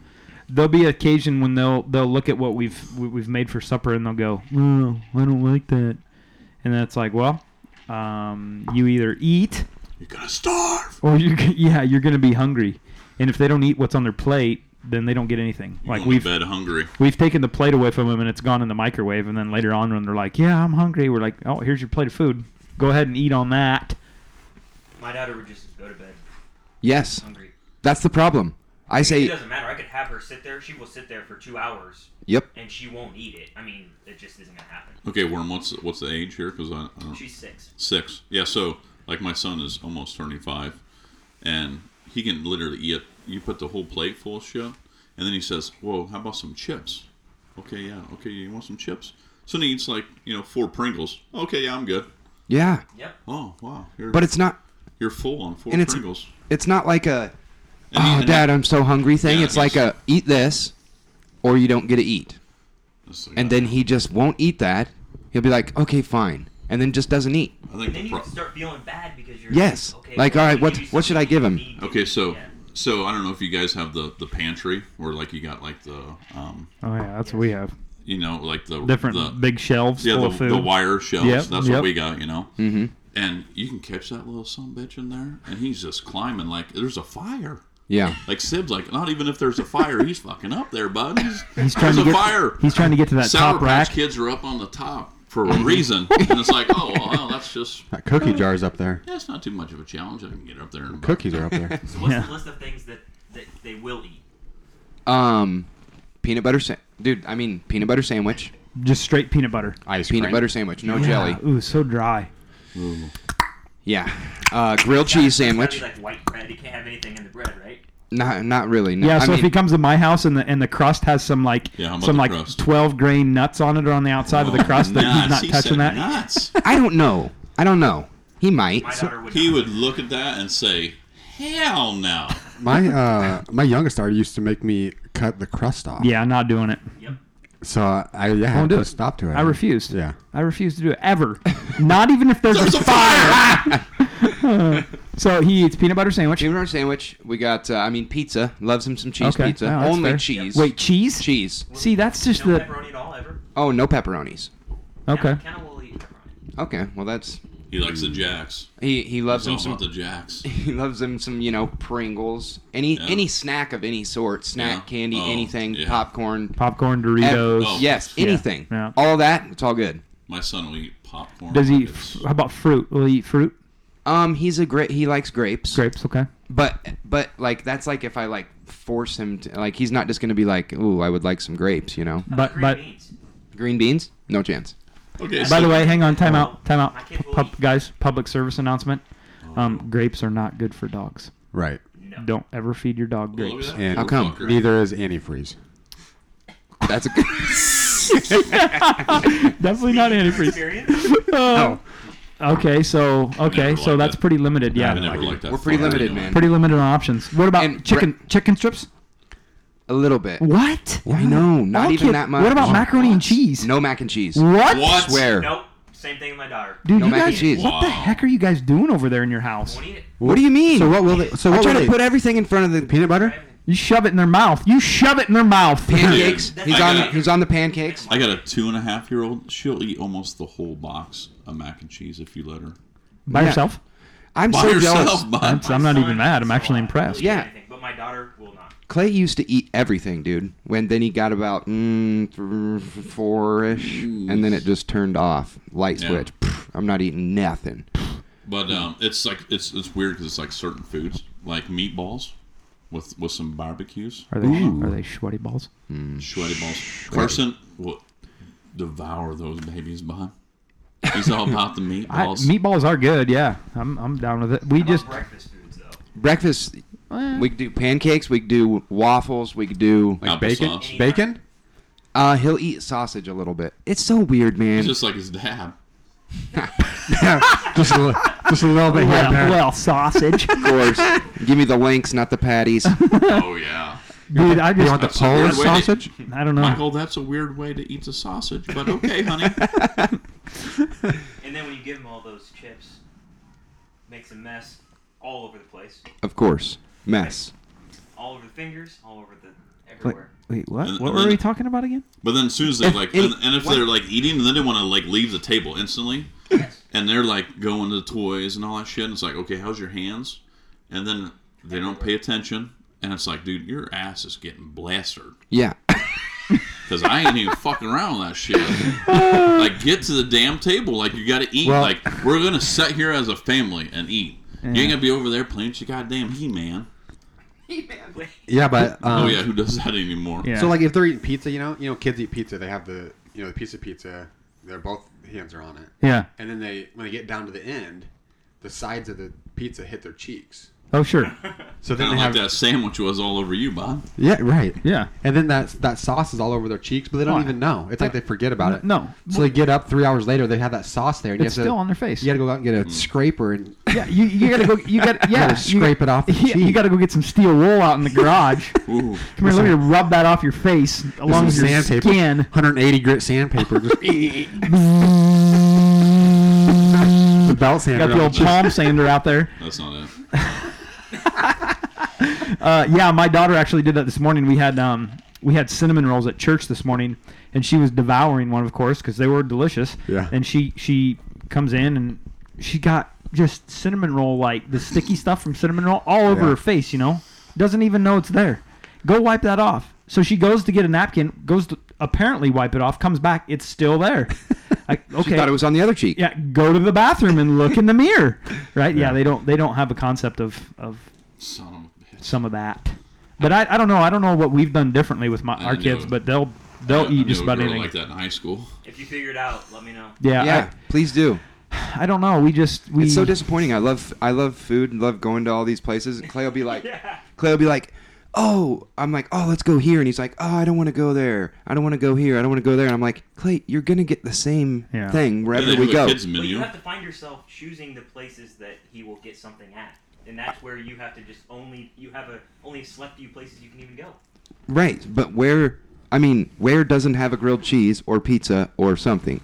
H: there'll be occasion when they'll they'll look at what we've we- we've made for supper and they'll go, oh, I don't like that, and then it's like, well, um, you either eat
E: You're gonna starve.
H: or you yeah you're gonna be hungry and if they don't eat what's on their plate then they don't get anything like
E: Going to
H: we've
E: bed hungry.
H: we've taken the plate away from them and it's gone in the microwave and then later on when they're like yeah i'm hungry we're like oh here's your plate of food go ahead and eat on that
G: My daughter would just go to bed
I: Yes,
G: hungry.
I: that's the problem. I
G: It
I: say,
G: doesn't matter. I could have her sit there. She will sit there for two hours
I: yep.
G: and she won't eat it. I mean, it just isn't gonna happen.
E: Okay, Worm, what's what's the age here? Because I, I don't
G: She's six.
E: six. Yeah, so like my son is almost turning five, and he can literally eat. You put the whole plate full of shit, and then he says, "Well, how about some chips?" Okay, yeah. Okay, you want some chips? So then he eats like you know four Pringles. Okay, yeah, I'm good.
I: Yeah.
G: Yep.
E: Oh wow, you're,
I: But it's not.
E: you're full on four
I: and it's-
E: Pringles.
I: It's not like a
E: And he-
I: oh
E: and
I: dad i'm so hungry thing
E: Yeah,
I: it's like
E: he's-
I: a eat this or you don't get to eat
E: that's the
I: and
E: guy.
I: then he just won't eat that he'll be like okay fine and then just doesn't eat
E: I
G: And
E: think
G: then
E: the
G: you
E: pro-
G: start feeling bad because you're
I: Yes.
G: Like, okay,
I: Like,
G: well,
I: all right,
G: I can
I: what-
G: give you
I: what should I
G: something
I: give
G: you
I: him?
G: need to
E: Okay,
G: eat.
E: so
G: Yeah.
E: so I don't know if you guys have the the pantry or like you got like the um
H: Oh yeah, that's what we have.
E: you know like the
H: Different
E: the,
H: big shelves
E: yeah
H: full
E: the,
H: of food.
E: the wire shelves
H: Yep,
E: that's
H: yep.
E: what we got you know mm-hmm. and you can catch that little son bitch in there and he's just climbing like there's a fire
I: yeah
E: like Sib's like not even if there's a fire he's fucking up there bud he's,
H: He's trying
E: there's
H: to
E: a
H: get.
E: fire
H: He's trying to get to that
E: Sour
H: top
E: Patch
H: rack. Mm-hmm.
E: Kids are up on the top for a reason and it's like oh well, well, that's just
J: That cookie jar's up there.
E: that's not too much of a challenge I can get up there and
J: Cookies are up there.
G: So what's
H: Yeah.
G: the list of things that, that they will eat?
I: um peanut butter sa- dude i mean peanut butter sandwich
H: Just straight peanut butter.
J: Ice
I: peanut
J: cream.
I: butter sandwich no jelly
H: Yeah, Ooh, so dry.
I: yeah uh, grilled cheese
G: It's gotta be
I: sandwich
G: Like white bread. You can't have anything in the bread, right?
I: not not really no.
H: Yeah,
I: I
H: so if
I: mean,
H: he comes to my house and the and the crust has some like
E: Yeah, how about
H: some
E: the
H: like
E: crust?
H: twelve grain nuts on it or on the outside of the crust that he's
E: nuts.
H: not
E: He
H: touching
E: said
H: that.
E: nuts
I: i don't know i don't know he might
G: My daughter would.
E: he
G: not.
E: would look at that and say, "Hell no!"
J: My uh, my youngest daughter used to make me cut the crust off.
H: Yeah, not doing it.
G: Yep.
J: So I yeah, had
H: Won't
J: to put
H: do
J: a
H: it.
J: stop to it.
H: I refused.
J: Yeah.
H: I refuse to do it ever. Not even if there's,
E: There's
H: a
E: a fire.
H: So he eats peanut butter sandwich.
I: peanut butter sandwich we got uh, i mean pizza loves him some cheese
H: Okay,
I: pizza
H: no, that's
I: only
H: fair.
I: cheese
H: Wait, cheese?
I: cheese
H: See, that's just
G: No
H: the
G: pepperoni at all ever.
I: oh no pepperonis
H: okay.
G: Kenna will eat pepperoni.
I: okay well that's
E: He likes the jacks.
I: He he loves
E: He's all
I: him some
E: about the jacks.
I: he loves him some you know Pringles any
E: Yeah.
I: any snack of any sort snack
E: Yeah.
I: candy
E: Oh,
I: anything
E: yeah.
I: popcorn
H: Popcorn,
I: ev-
H: Doritos.
E: Oh.
I: yes
E: Yeah.
I: anything
H: Yeah.
I: all that it's all good
E: My son will eat popcorn.
H: Does he?
E: It's-
H: How about fruit? Will he eat fruit?
I: um he's a great he likes grapes
H: Grapes. Okay.
I: but but like that's like if I like force him to like he's not just gonna be like ooh I would like some grapes you know
H: But
G: Green
H: but
G: beans.
I: green beans no chance
E: Okay.
H: by
E: so-
H: the way, hang on. Time out. Time out.
G: My kid will
H: Pub,
G: eat-
H: guys, public service announcement. Um, grapes are not good for dogs.
J: Right.
G: No.
H: Don't ever feed your dog
E: Look
H: grapes.
E: at that
J: And
I: How
E: poor
I: come?
E: fucker.
J: neither is antifreeze.
I: that's a good
H: Definitely not antifreeze.
G: Experience?
H: Oh. Okay, so okay,
E: never
H: so
E: liked
H: that's
E: it.
H: pretty limited.
E: I
H: Yeah,
E: never liked that.
I: we're pretty
E: fucker
I: limited
E: anyway.
I: man
H: pretty limited on options. What about
I: And
H: chicken chicken strips?
I: a little bit
H: What?
I: I know not
H: All
I: even
H: kid-
I: that much
H: What about macaroni and cheese?
I: no mac and cheese
H: What?
E: What?
I: swear
G: Nope. Same thing with my daughter.
H: Dude,
I: No
H: you
I: mac and
H: guys,
I: cheese.
H: what the
E: Wow.
H: heck are you guys doing over there in your house?
G: Won't eat it.
I: what do you mean
J: So what will they? So
I: I
J: what
I: try
J: will
I: to
J: they?
I: put everything in front of the
J: peanut butter.
H: You shove it in their mouth. You shove it in their mouth.
I: pancakes.
E: Dude,
I: He's
E: I
I: on.
E: got-
I: He's on the pancakes.
E: I got a two and a half year old. She'll eat almost the whole box of mac and cheese if you let her.
H: By
I: Yeah.
H: yourself?
I: I'm
E: By
I: so jealous.
E: herself, bud.
H: That's, I'm not
G: Son
H: even mad. I'm
G: eats a
H: actually
G: lot.
H: impressed.
G: He'll eat
I: Yeah.
G: anything, But my daughter will not.
I: Clay used to eat everything, dude. When then he got about mm, th- four-ish, and then it just turned off. Light
E: Yeah.
I: switch. Pff, I'm not eating nothing.
E: But um, it's like it's it's weird because it's like certain foods, like meatballs, with with some barbecues,
H: Are they are they sweaty balls?
E: sweaty balls. Carson will devour those babies, bud. He's all about the
H: I,
E: meatballs.
H: meatballs are good. Yeah, I'm, I'm down with it. We
G: How about
H: just
G: breakfast foods though.
I: Breakfast.
H: Eh.
I: We could do pancakes. We could do waffles. We could do.
J: Bacon.
E: Applesauce.
J: Bacon.
I: Uh, he'll eat sausage a little bit. It's so weird, man.
E: It's just like his dad.
J: just a little. Just a little bit here
H: well,
J: and there.
H: well, sausage,
I: of course. Give me the links, not the patties.
E: Oh yeah.
H: dude. I
J: You want the
H: just
J: Polish
E: That's weird.
J: sausage?
H: I don't know.
E: Michael, that's a weird way to eat the sausage, but okay, honey.
G: And then when you give him all those chips, makes a mess all over the place,
I: Of course. Mess.
G: all over the fingers, all over the everywhere.
H: Wait, what?
E: And-
H: What
E: and
H: were
E: then-
H: we talking about again?
E: But then as soon as they
I: If
E: like,
I: any-
E: and, and if they're like eating, then they want to like leave the table instantly, and they're like going to the toys and all that shit. And it's like, okay, how's your hands? And then they don't pay attention, and it's like, dude, your ass is getting blasted
I: Yeah.
E: because I ain't even fucking around with that shit. like, get to the damn table. Like, you got to eat.
J: Well-
E: like, we're gonna sit here as a family and eat. You ain't gonna be over there playing with your goddamn He Man.
J: Yeah, but um,
E: oh yeah, who does that anymore?
J: So like if they're eating pizza, you know, you know, kids eat pizza. They have the you know the piece of pizza. They're both hands are on it.
H: Yeah.
J: And then they when they get down to the end, the sides of the pizza hit their cheeks.
H: Oh sure.
J: So then
E: kind of
J: they
E: like
J: have
E: that sandwich was all over you, Bob.
J: yeah right
H: yeah.
J: And then that that sauce is all over their cheeks, but they don't
H: Why?
J: even know. It's like they forget about it.
H: No.
J: So they get up three hours later. They have that sauce there. And
H: It's
J: you have
H: still
J: to,
H: on their face.
J: You got to go out and get a scraper and
H: Yeah, you, you gotta go. You got yeah.
J: gotta scrape it off the
H: yeah, you
J: cheek.
H: gotta go get some steel wool out in the garage. Come
E: Ooh,
H: here, let me rub that off your face along with
J: some
H: your
J: sandpaper,
H: skin.
J: 180 grit sandpaper, just the belt sander.
H: Got the old palm sander out there.
E: that's not it.
H: Uh, yeah, my daughter actually did that this morning. We had um, we had cinnamon rolls at church this morning, and she was devouring one, of course, because they were delicious.
J: Yeah.
H: And she she comes in and she got just cinnamon roll like the sticky stuff from cinnamon roll all over
J: Yeah.
H: her face. You know, doesn't even know it's there. Go wipe that off. So she goes to get a napkin, goes to apparently wipe it off, comes back, it's still there. I, okay.
I: Thought it was on the other cheek.
H: yeah, go to the bathroom and look in the mirror, right? Yeah, they don't they don't have a concept of of
E: Son of a bitch.
H: some of that. But I, I don't know. I don't know what we've done differently with my,
E: I
H: our
E: know.
H: kids, but they'll they'll
E: I
H: eat
E: knew
H: just
E: a
H: about
E: girl
H: anything.
E: like that in high school.
G: If you figure it out, let me know.
H: Yeah,
I: Yeah, please do.
H: I, I don't know. We just we
I: It's so disappointing. I love I love food and love going to all these places. And Clay will be like, Clay will be like, oh, I'm like, oh, let's go here, and he's like, oh, I don't want to go there. I don't want to go here. I don't want to go there. And I'm like, Clay, you're gonna get the same
H: Yeah.
I: thing
E: Did
I: wherever
E: they
I: we
E: do a
I: go.
E: Kids
G: But you
E: menu.
G: have to find yourself choosing the places that he will get something at, and that's where you have to just only you have a only a select few places you can even go.
I: Right, but where? I mean, where doesn't have a grilled cheese or pizza or something?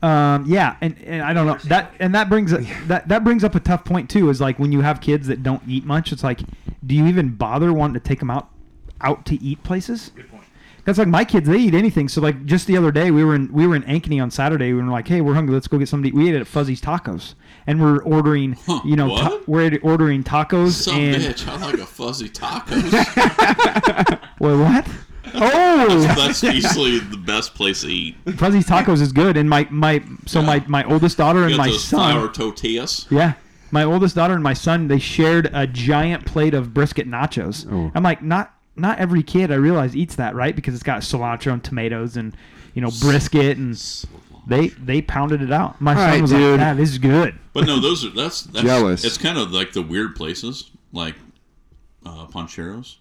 H: um yeah, and, and I don't know that and that brings a, that that brings up a tough point too. Is like when you have kids that don't eat much, it's like, do you even bother wanting to take them out out to eat places?
G: Good point.
H: That's like my kids; they eat anything. So like just the other day, we were in we were in Ankeny on Saturday. We were like, "Hey, we're hungry. Let's go get something." to eat." We ate at Fuzzy's Tacos, and we're ordering,
E: Huh,
H: you know,
E: what?
H: ta- we're ordering tacos
E: Some
H: and
E: bitch. I like a fuzzy tacos.
H: Wait, what? Oh,
E: That's easily the best place to eat. You
H: Fuzzy's Tacos is good, and my my so my my oldest daughter and
E: got
H: my
E: those
H: son.
E: flour tortillas.
H: Yeah, my oldest daughter and my son they shared a giant plate of brisket nachos.
I: Oh.
H: I'm like, not not every kid I realize eats that right because it's got cilantro and tomatoes and you know brisket and they they pounded it out. My son
I: right,
H: was like,
I: dude.
H: yeah, this is good.
E: But no, those are that's, that's
I: Jealous.
E: It's kind of like the weird places, like uh, Poncheros,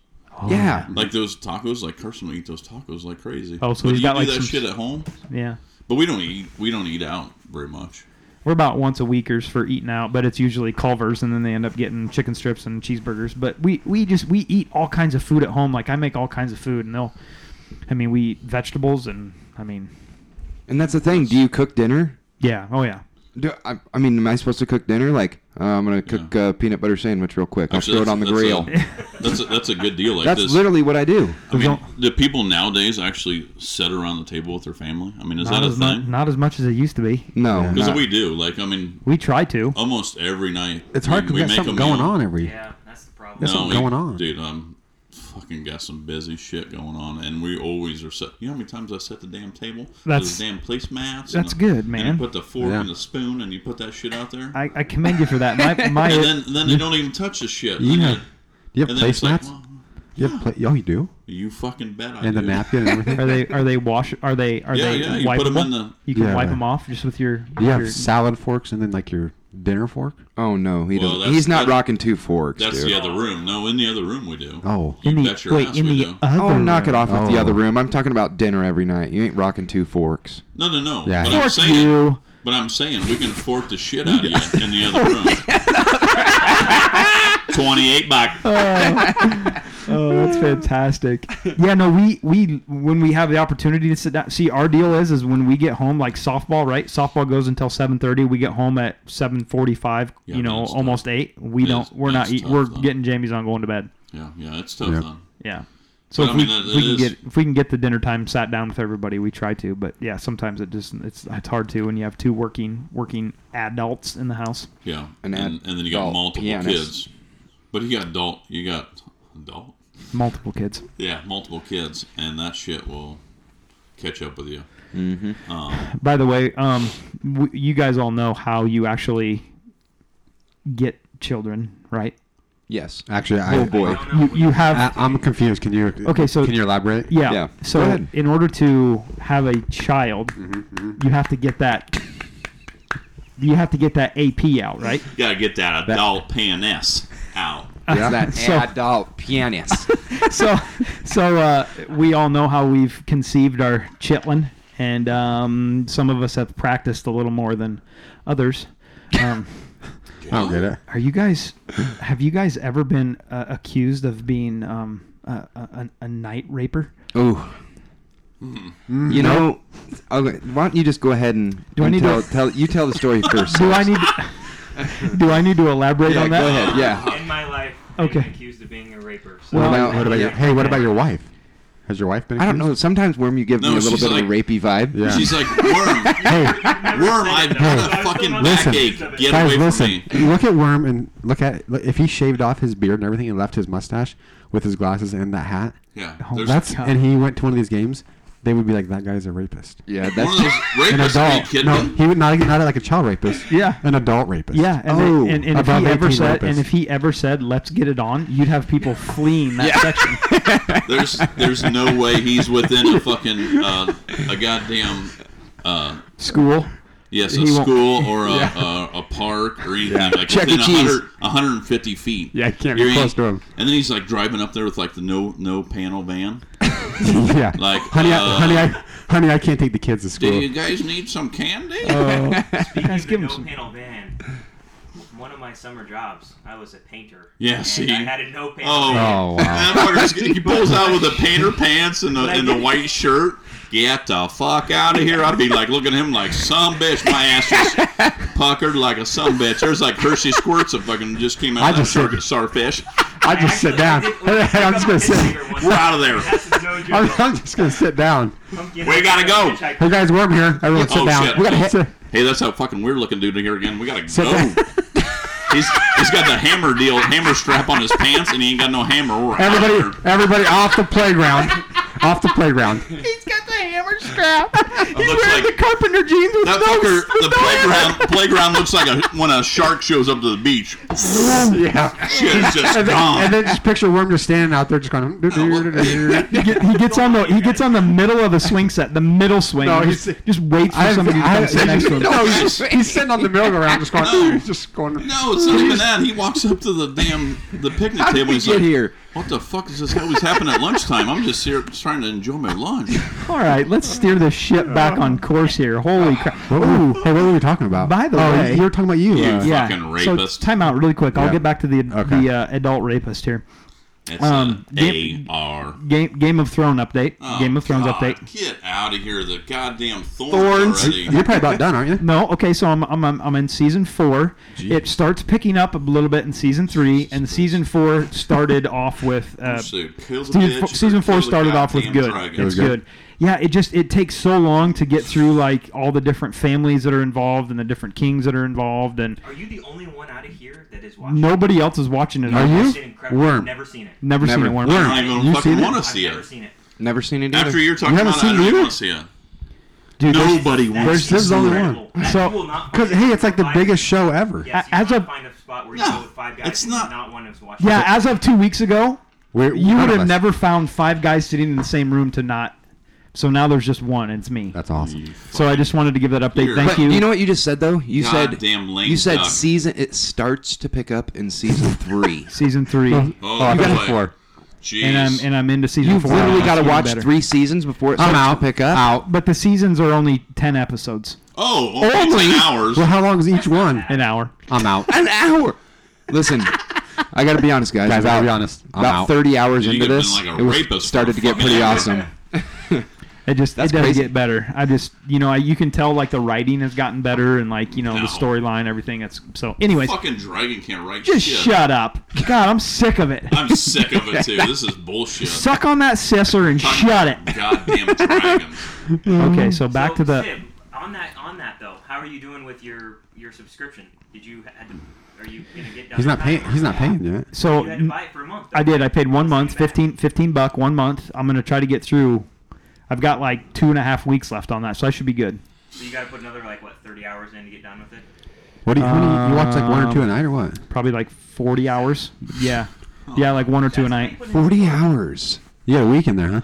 I: yeah,
E: like those tacos. Like Carson will eat those tacos like crazy.
H: Oh, so
E: but
H: he's
E: you
H: got,
E: do
H: like,
E: that
H: some-
E: shit at home.
H: Yeah.
E: But we don't eat. We don't eat out very much.
H: We're about once a weekers for eating out, but it's usually Culver's, and then they end up getting chicken strips and cheeseburgers. But we, we just we eat all kinds of food at home. Like I make all kinds of food, and they'll, I mean, we eat vegetables, and I mean,
I: and that's the thing. Do you cook dinner?
H: yeah, oh yeah,
I: Do, I, I mean, am I supposed to cook dinner? Like, uh, I'm gonna cook uh, peanut butter sandwich real quick. I'll throw
E: Actually,
I: it
E: that's-
I: on the
E: that's
I: grill.
E: A, that's a, that's a good deal. Like
I: That's
E: this.
I: literally what I do.
E: I mean,
H: Don't-
E: the people nowadays actually sit around the table with their family. I mean, is
H: not
E: that a
H: as much,
E: thing?
H: not as much as it used to be.
I: No,
E: Because
I: not-
E: we do. Like, I mean,
H: We try to.
E: almost every night.
J: It's hard because
E: we-
J: we
E: we
J: got
E: make
J: something
E: a meal.
J: going on every.
G: Yeah, that's the problem.
J: That's something
E: we-
J: going on.
E: dude. I'm fucking got some busy shit going on, and we always are set. You know how many times I set the damn table?
H: That's-
E: Those damn placemats. and
H: that's
E: the-
H: good,
E: And
H: man.
E: you put the fork
J: Yeah.
E: and the spoon, and you put that shit out there,
H: I, I commend you for that. My my
E: and then then they don't even touch the shit.
J: You
E: And
J: have-
E: then-
J: Do you have
E: and then it's like,
J: placemats?
E: well,
J: you have pla- oh, you do.
E: you fucking bet I
J: And the
E: do.
J: napkin and everything.
H: are they are they wash are they are
E: Yeah,
H: they
E: yeah, you put 'em
H: wipeable?
E: in the-
H: you can
J: Yeah.
H: wipe them off just with your.
J: Do you have
H: your-
J: salad forks and then like your dinner fork?
I: Oh no, he
E: Well,
I: doesn't.
E: that's-
I: He's not
E: that-
I: rocking two forks,
E: That's
I: dude.
E: the other room. No, in the other room we do.
J: Oh.
E: you
H: in the
E: bet your
H: wait
E: ass
H: in
E: we
H: the
E: do.
H: other
I: Oh, knock it off with the
J: Oh.
I: other room. I'm talking about dinner every night. You ain't rocking two forks.
E: No, no, no.
J: Yeah.
E: But I'm
H: Fork
E: saying,
H: you.
E: but I'm saying we can fork the shit out of you in the other room. Twenty-eight bucks.
H: Oh, that's fantastic. Yeah, no, we we when we have the opportunity to sit down. See, our deal is is when we get home, like softball, right? Softball goes until seven thirty. We get home at seven forty-five.
E: Yeah,
H: you know,
E: that's tough.
H: almost eight. We
E: It
H: don't.
E: is-
H: We're not
E: that's
H: eating.
E: tough,
H: We're
E: though.
H: getting Jamie's on going to bed.
E: Yeah, yeah, it's tough.
J: Yeah.
E: Though.
H: Yeah. So
E: But,
H: if
E: I mean,
H: we,
E: that-
H: if we can
E: it is-
H: get if we can get the dinner time sat down with everybody, we try to. But yeah, sometimes it just it's it's hard to when you have two working working adults in the house.
E: Yeah,
I: An
E: and, and then you got
I: adult
E: multiple
I: pianist.
E: kids. But you got adult. You got adult.
H: Multiple kids.
E: Yeah, multiple kids, and that shit will catch up with you.
H: By the way, um, w- you guys all know how you actually get children, right?
I: Yes.
J: Actually, I,
I: Oh, boy.
H: You, you have
J: I, am confused. Can you
H: Okay, so-
J: can you elaborate?
H: Yeah.
I: Uh, Yeah. Go
H: So
I: ahead. Mm-hmm,
H: in order to have a child, you have to get that. You have to get that AP out, right?
E: Gotta get that adult PNS out.
I: It's that
H: So-
I: adult pianist.
H: so, so uh, we all know how we've conceived our chitlin, and um, some of us have practiced a little more than others. Um,
J: I don't get it.
H: are you guys? Have you guys ever been uh, accused of being um, a, a, a night raper?
I: Oh.
J: Mm.
E: Mm.
I: You know, okay, why don't you just go ahead and,
H: Do I
I: and
H: need
I: tell,
H: to-
I: tell you tell the story first.
H: Do I need? do I need to elaborate
I: Yeah,
H: on that?
I: go ahead. Yeah.
G: In my life, I've
H: Okay.
G: been accused of being a raper. So
H: Well,
J: What about, what about your,
I: Yeah.
J: hey, what about your wife? Has your wife been?
I: I don't know.
J: accused?
I: Sometimes Worm, you give
E: No,
I: me a little
E: she's
I: bit
E: like-
I: of a rapey vibe.
J: Yeah.
E: She's like, Worm,
D: Hey,
E: Worm, I've got
G: Hey,
E: a fucking
G: listen,
E: backache. Get
J: Guys,
E: away from
J: listen.
E: me.
J: You Look at Worm and look at look, if he shaved off his beard and everything and left his mustache with his glasses and that hat.
E: Yeah,
H: Oh,
E: there's
J: That's
H: God.
J: and he went to one of these games. They would be like, that guy's a rapist.
I: Yeah,
E: one of
I: that's
E: those
I: just
J: An
E: rapists. Are you
J: adult.
E: kidding
J: No,
E: me?
J: he would not not like a child rapist.
H: Yeah.
J: An adult rapist.
H: Yeah, and,
I: Oh,
H: they, and, and if
J: above
H: he ever
J: 18
H: said, and
J: rapists.
H: if he ever said, "Let's get it on," you'd have people fleeing that section.
E: There's there's no way he's within a fucking uh, a goddamn uh,
H: School.
E: yes
H: He
E: a
H: won't-
E: school or a, a, a park or anything like
I: Chuck E.
E: within a
I: Cheese.
E: 100, 150 feet.
J: Yeah, you can't be
E: You're in-
J: close to him.
E: And then he's like driving up there with like the no no panel van.
J: yeah.
E: Like,
J: honey, I,
E: uh,
J: honey, I, honey, I can't take the kids to
E: Do
J: school.
E: you guys need some candy?
J: Oh,
H: Guys, give him
G: no
H: some-
G: panel van. One of my summer jobs, I was a painter.
E: Yeah,
G: and
E: see?
G: I had a no panel.
E: Oh,
G: van.
J: Oh, wow.
E: That fucker's- he pulls out with the painter pants and the, and the white shirt. Get the fuck out of here. I'd be like looking at him like, some bitch, my ass is puckered like a some bitch. There's like Hershey squirts that fucking just came out
J: I
E: of that
J: just
E: sar-
J: said-
E: starfish.
J: I just sit down. Hey, I'm just gonna sit.
E: We're out of there.
G: That's no
J: I'm,
G: joke.
J: I'm just gonna sit down.
G: Pumpkin
E: We gotta go.
G: hitchhiker.
J: Hey guys, Worm here. Everyone, sit
E: Oh,
J: down.
E: shit.
J: We gotta hit.
E: Hey, that's that fucking weird looking dude here again. We gotta
J: Sit
E: go.
J: down.
E: He's, he's got the hammer deal, hammer strap on his pants, and he ain't got no hammer. We're out of here.
J: Everybody, everybody, off the playground. off the playground.
E: It looks like
H: Carpenter jeans with
E: that fucker. The playground playground looks like a, when a shark shows up to the beach.
J: Yeah.
E: Shit's just
J: And then,
E: gone.
J: and then just picture Worm just standing out there, just going.
H: He, get- he gets on the he gets on the middle of the swing set, the middle swing.
J: No,
H: and
J: he's-
H: just, just wait for somebody to come sit next to him.
J: no, he's, he's sitting on the merry-go-round, just going.
E: No.
J: He's just going.
E: No, it's not even that. He walks up to the damn the picnic
I: How did
E: table.
I: we
E: and he's
I: get
E: like,
I: here?
E: "What the fuck is this always happen at lunchtime? I'm just here trying to enjoy my lunch."
H: All right, let's steer this shit back on course here. Holy crap!
I: Oh.
J: What were we, hey, what were we talking about?
H: By the
J: oh,
H: way-
J: you were talking about you.
E: You
J: uh,
H: Yeah.
E: fucking
H: So
E: rapist.
H: time out really quick. I'll
J: Yeah.
H: get back to the
J: Okay.
H: the uh, adult rapist here.
E: It's
H: um,
E: a
H: Game-
E: AR.
H: Game Game of Thrones update.
E: Oh,
H: Game of Thrones
E: God,
H: update.
E: Get out of here! The goddamn thorns,
H: Thorns.
E: already.
J: You're probably about done, aren't you?
H: No, okay, so I'm I'm I'm, I'm in season four. It starts picking up a little bit in season three, and season four started off with uh,
E: So, kill the
H: season,
E: bitch
H: four,
E: or
H: season four
E: kill the
H: started off with
E: goddamn
H: good.
E: dragon.
H: It's
J: was good.
H: good. Yeah, it just it takes so long to get through like all the different families that are involved and the different kings that are involved, and
G: Are you the only one out of here that is watching?
H: nobody else is watching it.
J: Are
H: I've
J: you?
G: It's incredible.
J: Worm.
G: I've never seen it.
H: Never, seen
I: Never.
H: it. Worm.
E: I don't even
J: You
E: fucking
J: seen it?
E: want to
G: I've
E: see
G: never
E: it.
G: seen it.
I: never seen it either.
E: After you're talking
J: haven't
E: about, it,
J: seen
E: I don't
J: it
E: even
J: either?
E: want to see it.
J: Dude, there's-
E: Nobody wants
J: There's
E: to
J: this is
E: see
J: the only
E: it.
J: one.
G: That
H: So-
G: you will not
J: Because
G: find
J: hey, it's like the
G: five-
J: biggest show ever.
G: Yes, you
H: As
G: will
H: of-
G: not find a spot where you
E: No,
G: go with five guys.
E: it's
G: and
E: not-
G: one of us watching.
H: Yeah,
G: it.
H: as of two weeks ago,
J: We're,
H: you
J: none
H: would
J: of
H: have
J: us-
H: never found five guys sitting in the same room to not. So now there's just one. It's me.
J: That's awesome.
H: So I just wanted to give that update.
E: Here.
H: Thank
I: But you. know what you just said though? You said
E: Goddamn lame
I: you said
E: duck.
I: season. It starts to pick up in season three.
H: Season three.
E: Oh,
J: I
E: boy.
J: got four.
E: Jeez.
H: and I'm and uh, I'm into season
I: You've
H: four.
I: literally
H: now.
I: got to
H: It's getting
I: watch
H: better.
I: three seasons before it
J: I'm
I: starts
J: out.
I: to pick up.
J: Out.
H: but the seasons are only ten episodes,
E: oh, only,
I: Only-
E: 10 hours.
J: Well, how long is each one?
H: an hour.
J: I'm out.
I: An hour. Listen, I got to be honest, guys.
J: Guys, I
I: about,
J: gotta be honest. I'm
I: about
J: out.
I: 30 hours
E: You
I: into
E: could've
I: this,
E: been like a
I: it was,
E: rapist
I: started to
E: for
I: get pretty
E: fucking ever.
I: awesome.
H: It just
I: That's
H: it doesn't
I: crazy.
H: get better. I just you know I, you can tell like the writing has gotten better and like you know
E: No.
H: the storyline everything. It's so anyways.
E: fucking dragon can't write
H: just
E: shit.
H: shut up. God, I'm sick of it.
E: I'm sick of it too. This is bullshit.
H: Suck on that scissor and
E: Fucking
H: shut it.
E: Goddamn dragons.
H: Okay, so back
G: So,
H: to the.
G: Sid, on that on that though. How are you doing with your your subscription? Did you had to, are you gonna get done?
J: He's not
G: with
J: paying.
G: that?
J: He's not paying yet.
H: So
G: You had to buy it for a month.
H: I did. I paid one month,
G: Same back.
H: 15, 15 buck, one month. I'm gonna try to get through. I've got like two and a half weeks left on that, so I should be good.
G: So you got to put another like what thirty hours in to get done with it.
J: What do you- how many- you watch, like, one or two a night or what?
H: Probably like forty hours. Yeah, yeah, like one or two a night.
J: Forty hours. You got a week in there, huh?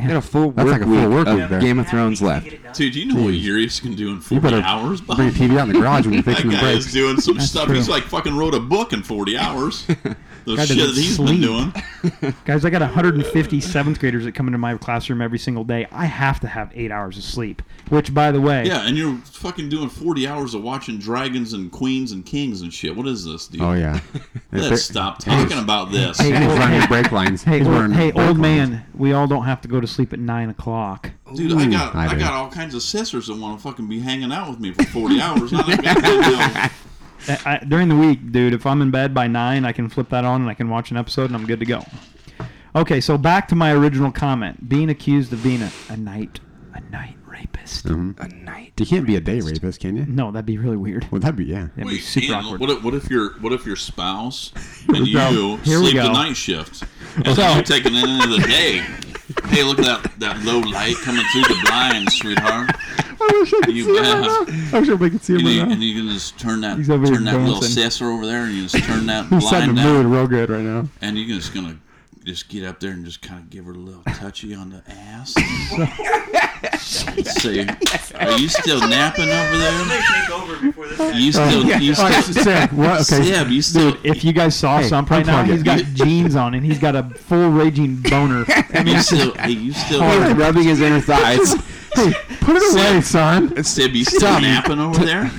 H: You
I: got a full
J: That's
I: work
J: like a full
I: week
J: work
I: of
J: week there.
I: Game of Thrones left.
E: Dude, you know what Yurius can do in 40
J: better
E: hours?
J: bring a TV out in the garage when you're
E: That
J: fixing the
E: guy
J: brakes.
E: is doing some
J: That's
E: stuff.
J: true.
E: He's like fucking wrote a book in 40 hours. The
H: Guy
E: shit
H: doesn't
E: that he's been
H: sleep.
E: doing.
H: Guys, I got 150 seventh graders that come into my classroom every single day. I have to have eight hours of sleep, which, by the way,
E: Yeah, and you're fucking doing 40 hours of watching dragons and queens and kings and shit. What is this, dude?
J: Oh yeah.
E: Let's stop talking about this.
H: Hey,
J: And he's
H: old-
J: running
H: hey-
J: brake lines.
H: Hey,
J: He's
H: old,
J: running
H: hey,
J: brake
H: old
J: lines.
H: man, we all don't have to go to sleep at nine o'clock.
E: Dude, I got
J: I
E: I,
J: do.
E: got all kinds of sisters that want to fucking be hanging out with me for 40 hours. Now they've got to go.
H: I, I- during the week, dude, if I'm in bed by nine, I can flip that on and I can watch an episode and I'm good to go. Okay, so back to my original comment: being accused of being a, a night, a night rapist.
D: Mm.
J: Mhm. You can't be a day rapist, can you?
H: No, that'd be really weird.
J: Well, that'd be yeah.
H: That'd be
E: Wait,
H: super
E: and
H: awkward.
E: What if, what if your what if your spouse and you
H: go. Here we
E: sleep the
H: go.
E: night shift and you're taking it into the day? Hey, look at that, that low light coming through the blinds, sweetheart.
D: I wish I could
E: You
D: see him
E: bet.
D: right now. I wish everybody could see
E: And,
D: him
E: you,
D: right
E: and
D: now.
E: you can just turn that
D: He's
E: turn
D: over
E: that
D: here
E: little
D: dancing.
E: sessor over there, and you just turn that
D: He's setting
E: blind
D: the
E: down,
D: mood real good right now.
E: and you can just gonna just get up there and just kind of give her a little touchy on the ass. Say, are you still napping over there?
G: Take over before this guy.
E: You still, you
D: Oh, All right,
E: still,
D: Seb, what? Okay.
E: Seb, you still,
H: If you guys saw
D: Hey,
H: some right now,
D: unplug
H: he's
D: it.
H: got jeans on and he's got a full raging boner. I mean,
E: you still, hey, you still.
I: He's rubbing his inner thighs.
D: Hey, put it away, son.
E: Sib, you still
I: Stop.
E: napping over there?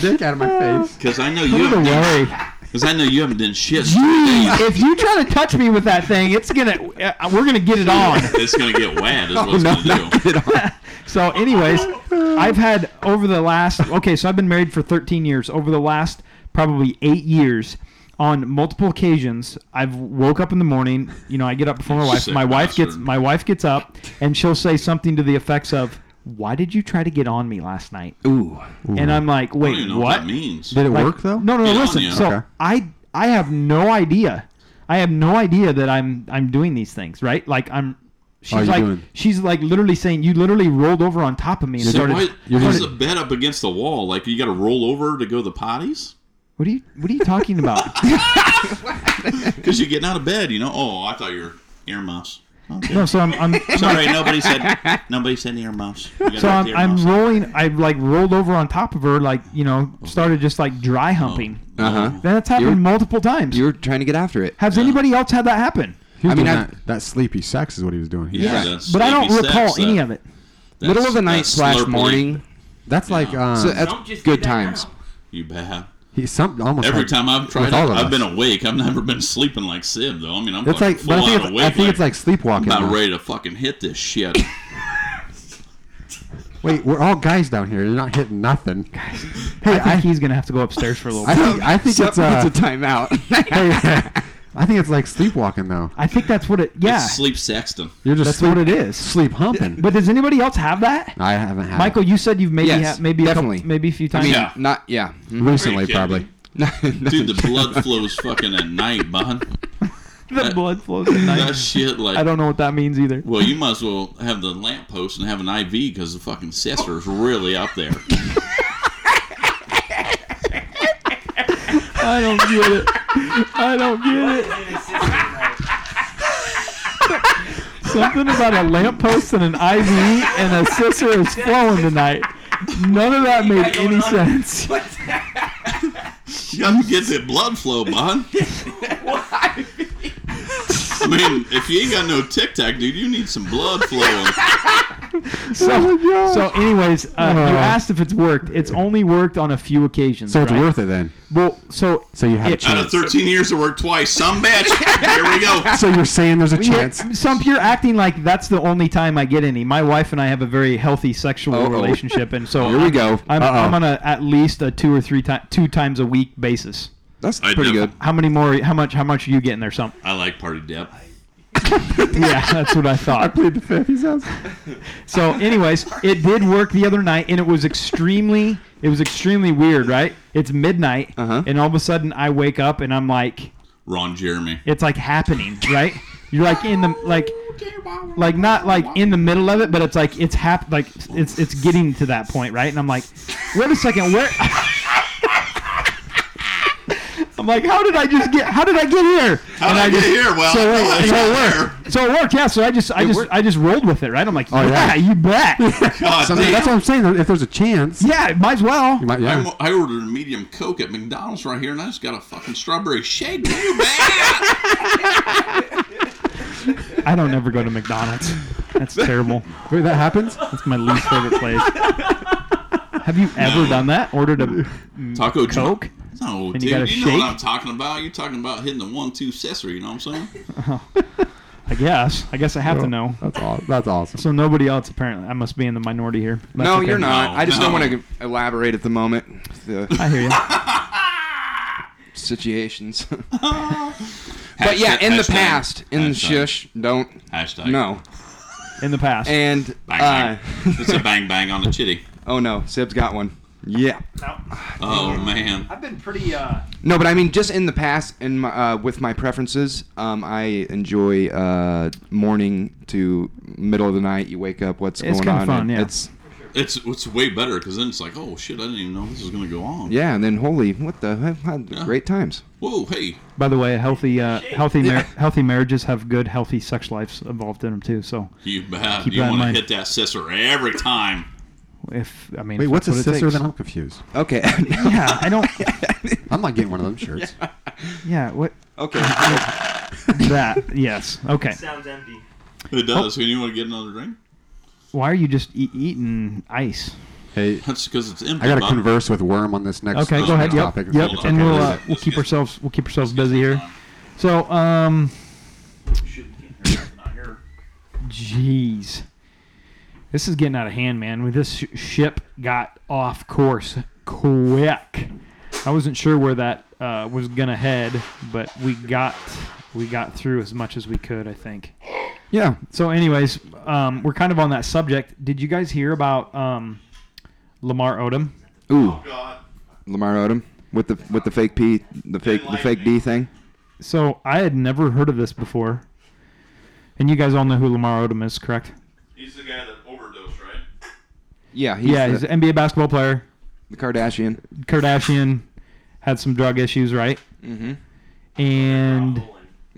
D: Dick out of my face.
E: Because I know you
D: Put it
E: haven't done.
D: away.
E: Because I know you haven't done shit.
H: Jeez, if you try to touch me with that thing, it's gonna uh, we're gonna get it on.
E: It's gonna get wet. Is
D: Oh,
E: what it's
I: no,
E: gonna do.
H: So, anyways, I've had over the last okay, so I've been married for 13 years. Over the last probably eight years, on multiple occasions, I've woke up in the morning. You know, I get up before my wife.
E: Sick
H: My wife gets
E: bastard.
H: my wife gets up, and she'll say something to the effects of, "Why did you try to get on me last night?"
I: Ooh.
H: And I'm like,
E: I don't
H: "Wait,
E: even know
H: what?"
E: what, that means.
D: Did it
H: Like,
D: work though?
H: No, no, no.
E: Yeah,
H: Listen.
E: yeah.
H: So
D: Okay.
H: I I have no idea. I have no idea that I'm I'm doing these things. Right? Like I'm. She's
D: you're
H: like
D: doing-
H: she's like literally saying you literally rolled over on top of me and
E: So
H: started.
E: why,
D: you're
E: why's the
D: gonna-
E: bed up against the wall? Like you got to roll over to go to the potties?
H: What are you What are you talking about?
E: Because you're getting out of bed. You know. Oh, I thought you were earmuffs. Okay.
H: no, so I'm I'm
E: Sorry, nobody said nobody said earmuffs. You gotta
H: so
E: write
H: I'm,
E: the
H: I'm
E: earmuffs.
H: rolling. I like rolled over on top of her, like you know, started just like dry humping.
E: Uh-huh.
I: Uh huh.
H: That's happened
I: You're-
H: multiple times.
I: You were trying to get after it.
H: Has anybody else had that happen?
D: He was
I: I mean,
D: doing
I: I-
D: that, that sleepy sex is what he was doing.
E: Yeah,
I: Yeah.
E: that's
H: But I don't
E: sleepy
H: recall
E: sex,
H: any
E: that-
H: of it.
E: that's-
I: Middle of the night
E: that's
I: slash
E: slurpily-
I: morning.
D: That's like um,
I: So that's
G: Don't just do
I: good
G: that now.
I: times.
E: You bad.
D: he, some, almost
E: Every
D: like-
E: time I've tried,
D: with
E: it,
D: all of
E: I've
D: us.
E: been awake. I've never been sleeping like Sib though. I mean, I'm
D: It's
E: fucking
D: like, but I
E: full
D: think,
E: out
D: it's,
E: awake.
D: I think it's like sleepwalking.
E: about
D: though.
E: ready to fucking hit this shit.
D: Wait, we're all guys down here. You're not hitting nothing.
H: I
D: Hey,
H: think
D: I,
H: he's gonna have to go upstairs for a little.
D: I
H: bit.
D: think I think
I: Seb
D: it's uh,
I: puts a timeout.
D: hey, I think it's like sleepwalking though.
H: I think that's what it. Yeah,
E: It's sleep sexting.
D: You're just
H: that's
D: sleep,
H: what it is.
D: sleep humping.
H: But does anybody else have that?
D: I haven't had
H: Michael, you said you've maybe
I: Yes,
H: ha- maybe a
I: definitely.
H: couple, maybe a few
I: I
H: times.
I: mean,
E: Yeah.
I: not yeah.
D: it. recently,
E: Are you kidding
D: probably.
E: me? Dude, the blood flows fucking at night, bud.
I: uh,
H: the blood flows at
E: That
H: night.
E: shit, like,
H: I don't know what that means either.
E: well, you might as well have the lamppost and have an IV because the fucking sister's really up there.
H: I don't get it. I don't get it.
G: And it's just like,
H: Something about a lamppost and an IV and a scissor is flowing tonight. None of that made any sense.
E: You got to get that blood flow, bud. I mean, if you ain't got no tic tac, dude, you need some blood flowing.
H: So, so anyways, uh, you
D: Oh.
H: asked if it's worked. It's only worked on a few occasions.
D: So it's
H: right?
D: worth it then.
H: Well, so
D: So you have a
H: it-
E: Out of
D: chance.
E: 13 years of work twice, some bitch. Here we go.
D: So you're saying there's a chance?
H: Yeah, some you're acting like that's the only time I get any. My wife and I have a very healthy sexual
I: Uh-oh.
H: relationship, and so
I: Here we
H: I'm-
I: go.
H: I'm,
D: Uh-oh.
H: I'm on a at least a two or three time two times a week basis.
I: That's
E: I
I: pretty
E: know.
I: good.
H: How many more? How much? How much are you getting there? Some?
E: I like party dip.
H: Yeah, that's what I thought.
D: Plead the fifth. He says.
H: So, anyways, it did work the other night, and it was extremely, it was extremely weird, right? It's midnight,
I: Uh-huh.
H: and all of a sudden I wake up and I'm like,
E: Ron Jeremy.
H: it's like happening, right? You're like in the like like not like in the middle of it, but it's like it's hap like it's it's getting to that point, right? And I'm like, wait a second, where like, how did I just get? How did I get here?
E: How did I get here? Well,
H: so,
E: I know
H: it-
E: it's
H: so
E: out
H: it worked. So it worked. Yeah. So I just, I
D: It
H: just,
D: worked.
H: I just rolled with it, right? I'm like,
D: Oh, yeah.
H: yeah, you bet.
E: God
D: So
E: damn.
D: that's what I'm saying. If there's a chance,
H: yeah, might as well.
D: you might. Yeah.
E: I'm- I ordered a medium Coke at McDonald's right here, and I just got a fucking strawberry shake. Too bad.
H: I don't ever go to McDonald's. That's terrible.
D: Wait, that happens.
H: That's my least favorite place. Have you ever done that? Ordered a
E: Taco Ju-
H: Coke?
E: No,
H: And
E: dude,
H: you
E: you,
H: got a
E: know
H: shake?
E: what I'm talking about. You're talking about hitting the one-two Cesar. You know what I'm saying?
H: I guess. I guess I have to know.
D: That's all. That's awesome.
H: So nobody else apparently. I must be in the minority here. That's
I: no,
H: okay.
I: you're not.
E: No,
I: I just don't
E: no.
I: want to elaborate at the moment. The
H: I hear you.
I: situations. but yeah,
E: Hashtag-
I: in the
E: hashtag-
I: past, in the
E: hashtag.
I: shush, don't.
E: Hashtag.
I: No.
H: In the past.
I: And, uh,
E: Bang, bang. it's a bang bang on the chitty.
I: oh no, Sib's got one. Yeah.
E: Oh man.
G: I've been pretty. uh...
I: No, but I mean, just in the past, and my, uh, with my preferences, um, I enjoy uh, morning to middle of the night. You wake up, what's
H: It's
I: going
H: kinda
I: on?
H: fun, yeah.
I: It's
E: It's it's way better because then it's like, oh shit, I didn't even know this was gonna go on.
I: yeah, and then holy, what the heck? Had Great times.
E: Whoa, hey,
H: By the way, healthy, uh, healthy, mar- healthy marriages have good, healthy sex lives involved in them too. So
E: you bet.
H: Keep
E: you
H: that in
E: want to
H: mind.
E: hit that Cesar every time.
H: if I mean,
J: Wait,
H: if
J: what's a
H: that's what it
J: sister?
H: takes.
J: Then I'm confused.
I: Okay.
H: Yeah, I don't.
J: I'm not getting one of them shirts.
H: Yeah, what
I: okay.
H: that? Yes. Okay.
G: Sounds empty.
E: It does. Who you want to get another drink?
H: Why are you just e- eating ice?
J: Hey,
E: That's because it's
J: I
E: empty.
J: gotta
E: bud.
J: converse with Worm on this next.
H: Okay,
J: this
H: go ahead.
J: next
H: Yep,
J: topic.
H: yep.
E: Hold on.
H: And we'll
E: Okay,
H: uh,
E: let's
H: we'll
E: get-
H: keep ourselves we'll keep ourselves
E: let's get
H: busy
E: some
H: here.
E: time.
H: So, um,
G: Shouldn't get here. Not here.
H: jeez, this is getting out of hand, man. With This sh- ship got off course quick. I wasn't sure where that uh, was gonna head, but we got we got through as much as we could, I think.
D: Yeah.
H: So, anyways, um, we're kind of on that subject. Did you guys hear about um, Lamar Odom?
I: Ooh. Lamar Odom with the with the fake P, the fake the fake D thing.
H: So, I had never heard of this before, and you guys all know who Lamar Odom is, correct?
E: He's the guy that overdosed, right?
I: Yeah, he's
H: Yeah,
I: the,
H: he's an NBA basketball player.
I: the Kardashian.
H: Kardashian had some drug issues, right? Mm-hmm. And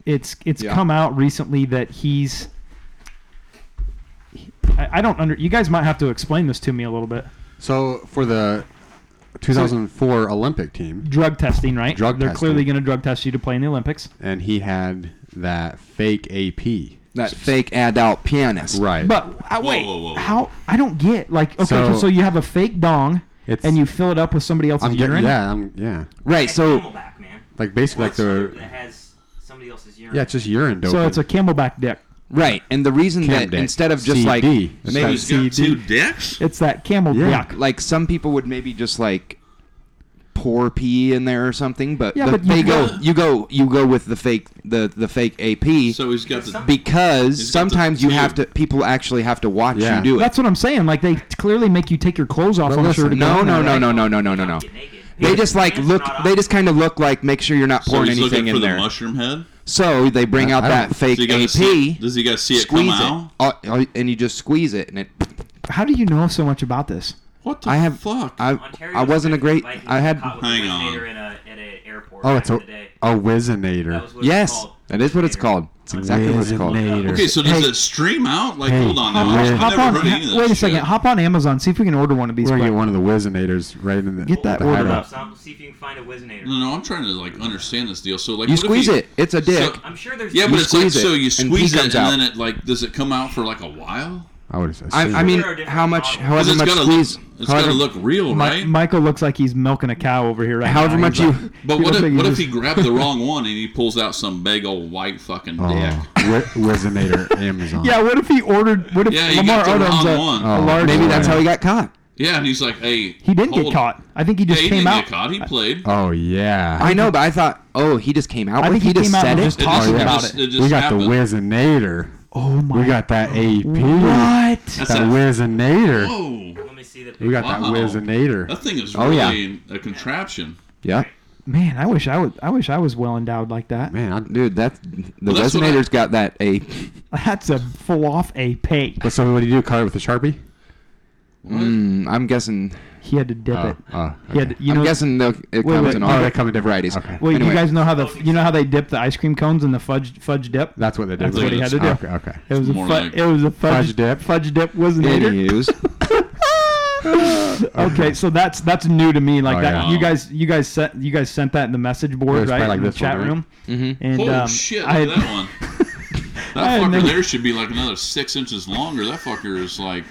H: it's it's
I: Yeah.
H: come out recently that he's. I, I don't under. You guys might have to explain this to me a little bit.
J: So for the 2004 Olympic team,
H: Drug testing, right?
J: Drug
H: They're
J: testing.
H: clearly going to drug test you to play in the Olympics.
J: and he had that fake AP.
I: That fake adult pianist.
J: Right.
H: But uh,
E: Whoa,
H: wait,
E: whoa, whoa, whoa.
H: how? I don't get like okay. So,
J: So-
H: so you have a fake dong,
J: It's-
H: and you fill it up with somebody else's
J: I'm getting
H: urine.
J: yeah, I'm yeah.
I: Right. So
G: Camelback, man.
J: Like basically like
G: That
J: the
G: has somebody else's urine.
J: yeah, it's just urine dope.
H: So it's a camelback dick.
I: right, and the reason that
J: Camden.
I: instead of just
J: CD.
I: like
J: It's
I: maybe
E: He's got two dicks.
H: It's that camel
J: Yeah.
H: dick.
I: like some people would maybe just like pour pee in there or something, but,
H: Yeah,
I: the-
H: but you
I: they go
H: gotta-
I: you go you go with the fake the the fake AP
E: So he's got the.
I: because
E: It's got the
I: sometimes you have to
E: tube.
I: people actually have to watch
J: Yeah.
I: you do it.
H: That's what I'm saying. Like they clearly make you take your clothes off.
J: But
H: on
J: listen,
H: sure to go
I: no,
H: in
I: no,
H: there,
I: no,
H: right?
I: no, no, no, no, no, no.
G: Get naked.
I: They just like
G: Pants
I: look.
G: not on.
I: They just kind of look like make sure you're not
E: So
I: pouring
E: he's
I: anything
E: looking for
I: in
E: the
I: there.
E: mushroom head.
I: So they bring out
J: I
I: that
J: don't-
I: fake
E: So you gotta
I: AP,
E: see it- does he gotta see it come
I: squeeze
E: out?
I: Uh, uh, and you just squeeze it, and it.
H: How do you know so much about this?
E: What the
I: I have.
E: fuck?
I: I,
G: Ontario
I: I wasn't a great.
G: Vikings
I: I had.
G: caught with a
E: Hang
G: whiz
E: on.
G: later in a- at a airport
J: oh,
G: back
J: it's
G: in
J: a
G: the day.
J: a
G: That
J: whizinator.
G: was what it's
I: Yes,
G: called.
I: that is what it's
G: Whizinator.
I: called. It's exactly what it's called.
J: Whizinator.
E: okay, so does
H: Hey.
E: it stream out? Like,
J: Hey.
E: hold on.
H: Hop
E: now,
H: on,
E: I've
H: hop
E: never
H: on,
E: heard of any of
H: ha-
E: this
H: wait a
E: shit.
H: second. Hop on Amazon. See if we can order one of these.
J: We're gonna
H: quick.
J: get one of the whizinators right in the
H: Get that
J: the
H: order
J: hideout.
H: up.
G: Some- See if you can find a whizinator.
E: No, no, I'm trying to like understand this deal. So like,
I: You
E: what if
I: squeeze
E: you-
I: it. It's a dick.
E: So,
G: I'm sure there's.
E: yeah, but it's like
I: squeeze it,
E: so you
I: and pee
E: squeeze it
I: comes
E: and
I: out.
E: then it like does it come out for like a while?
J: I would assume.
I: I, I
J: it.
I: mean,
G: There are different
I: how much?
G: models.
I: However
E: it's
I: much
E: gotta,
I: squeeze.
E: it's
I: however,
E: gotta look real,
H: Mi-
E: right?
H: Michael looks like he's milking a cow over here right
I: however
H: now.
I: much
H: He's
I: you.
H: like-
E: but what
H: he looks
E: if
H: like
E: what
H: he's
E: if he
H: just-
E: grabbed the wrong one and he pulls out some big old white fucking
J: Oh,
E: dick?
J: Whi- whizinator Amazon.
H: Yeah, what if he ordered? What if
E: Yeah, you
H: Lamar
E: got the
H: Odom's
E: wrong
H: a,
E: one.
H: a
J: Oh,
H: large?
I: maybe that's
J: Yeah.
I: how he got caught.
E: Yeah, and he's like, hey,
H: He didn't get
E: hold-
H: caught. I think he
E: Yeah,
H: just
E: he
H: came
E: didn't
H: out.
E: get caught. He played.
J: Oh yeah.
I: I know, but I thought, oh, he just came out.
H: I
I: with
H: think
I: it?
H: he
I: just
H: came out
I: said
H: and
I: it.
H: just talked
E: it
H: about
E: just,
H: it.
E: just
J: we got
E: happened.
J: the whizinator.
H: Oh my!
J: We got that AP.
H: What?
E: That's
J: That
E: a-
J: whizinator.
E: Whoa,
G: Let me see the.
J: We got
E: Wow.
J: that
E: that
J: whizinator.
E: thing is
I: Oh,
E: really
I: yeah.
E: a contraption.
I: Yeah,
H: Man, I wish I would. I wish I was well endowed like that.
J: Man, I,
I: dude, that's the
E: that's what I-
I: resonator's got that a.
H: That's a full off a pay.
J: but so what do you do? Cut it with a sharpie?
I: Mm, I'm guessing
H: He had to dip
I: Oh,
H: it.
I: oh,
H: He had
I: okay.
H: to- you
I: I'm
H: know-
I: guessing they'll- it comes
J: Oh,
I: in all
H: you-
I: the common varieties. Okay.
H: Well,
I: Anyway.
H: you guys know how the you know how they dip the ice cream cones in the fudge fudge dip.
D: That's what they did
H: That's what
D: with
H: he
D: it.
H: had to do.
D: Okay, okay.
H: It was a
I: More
H: fu-
I: like
H: it was a fudge,
D: fudge dip.
H: Fudge dip wasn't it?
I: Anywho's.
H: okay, so that's that's new to me. Like
I: Oh,
H: that,
I: yeah.
H: you guys you guys sent you guys sent that in the message
I: It
H: board,
I: was
H: right?
I: probably like
H: in the
I: this one,
H: chat
I: right?
H: room.
I: Mhm.
H: And
E: Holy
H: um,
E: shit! Look
H: I
E: at
H: had-
E: that one.
H: I
E: That
H: had
E: fucker
H: never-
E: there should be like another six inches longer. That fucker is like,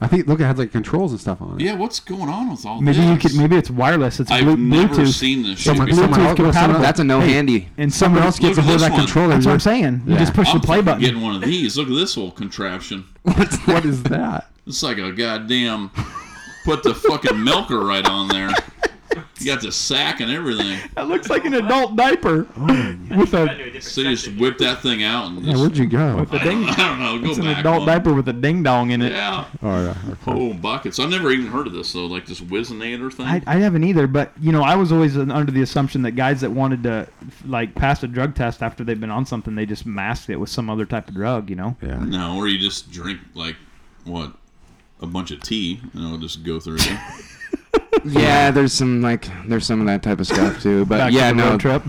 J: I think look, it had like controls and stuff on it.
E: yeah, what's going on with all
H: Maybe
E: this?
H: you could. Maybe it's wireless. It's
E: I've
H: blu-
E: never
H: Bluetooth.
E: seen this shit
H: Someone,
E: before.
H: Bluetooth
E: Someone else-
H: compatible.
E: someone-
I: that's a no
H: Hey,
I: handy.
H: And someone else gets a
E: Look at
H: hold of
E: this
H: that
E: one.
H: controller. That's what I'm saying. You just push
E: I'm
H: the play
E: fucking
H: button.
E: Getting one of these. Look at this old contraption.
D: What is that?
E: It's like a goddamn put the fucking milker right on there. You got the sack and everything.
H: That looks like an adult diaper with a
E: So you just whip that thing out and
D: Yeah,
E: just,
D: where'd you go?
H: with a
E: I, don't,
H: ding.
E: I don't know. Go
H: It's an
E: back.
H: adult
E: one.
H: diaper with a ding dong in it.
E: Yeah.
D: Oh, yeah. okay.
E: Oh, buckets. I've never even heard of this though. Like this Whiznator thing.
H: I, I haven't either, but you know, I was always an- under the assumption that guys that wanted to like pass a drug test after they've been on something, they just masked it with some other type of drug. You know,
D: Yeah.
E: no, or you just drink like what a bunch of tea and it'll just go through. you.
I: Yeah, there's some like there's some of that type of stuff too. But
H: Back to
I: yeah,
H: the
I: no.
H: road trip.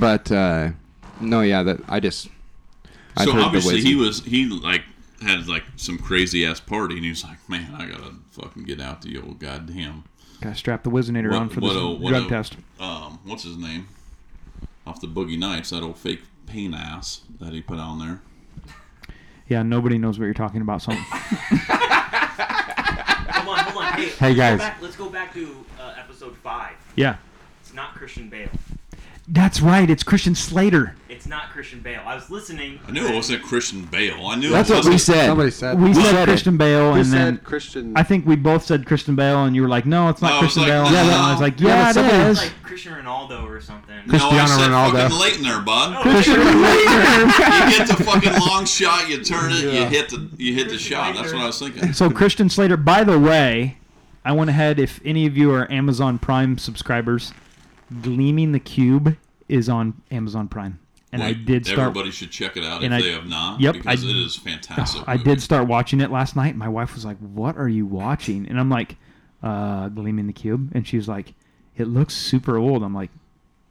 I: But uh, no, yeah, that I just. I've
E: so
I: heard the
E: obviously he
I: Wiz-
E: was he like had like some crazy ass party and he was like, man, I gotta fucking get out the old goddamn.
H: Gotta strap the Wizinator on for this
E: a- what
H: drug
E: a-
H: test.
E: Um, what's his name? Off the Boogie Nights, that old fake pain ass that he put on there.
H: Yeah, nobody knows what you're talking about. So
G: Hold on, hold on. Hey,
D: Hey,
G: let's go
D: guys.
G: back- let's go back to uh, episode five.
H: yeah,
G: It's not Christian Bale.
H: that's right. It's Christian Slater.
G: It's not Christian Bale. I was listening.
E: I knew it wasn't Christian Bale. I knew
I: That's
E: it
I: what
E: wasn't.
I: we said.
J: Somebody Uh, said.
H: We,
I: We
H: said,
I: said it.
H: Christian Bale,
J: Who
H: and
J: said
H: then
J: Christian?
H: I think we both said Christian Bale, and you were like, "No, it's not
E: No, Oh, I was
H: Christian
E: like,
H: Bale."
E: no.
H: and I was like,
D: Yeah,
H: "Yeah,
D: but
H: it
D: somebody-
H: is."
G: Like Christian Ronaldo or something.
E: No, I
D: Cristiano
E: said
D: Ronaldo.
E: fucking late in there, bud.
H: Christian Slater.
E: You get the fucking long shot, you turn it, you hit the you hit the shot. That's what I was thinking.
H: So Christian Slater. By the way, I went ahead. If any of you are Amazon Prime subscribers, Gleaming the Cube is on Amazon Prime, and I
E: Like,
H: did start.
E: Everybody should check it out if
H: and I-
E: they have not.
H: yep,
E: because
H: I-
E: it is fantastic.
H: I
E: movie.
H: did start watching it last night. My wife was like, "What are you watching?" And I'm like, uh, "Gleaming the Cube," and she's like, "It looks super old." I'm like,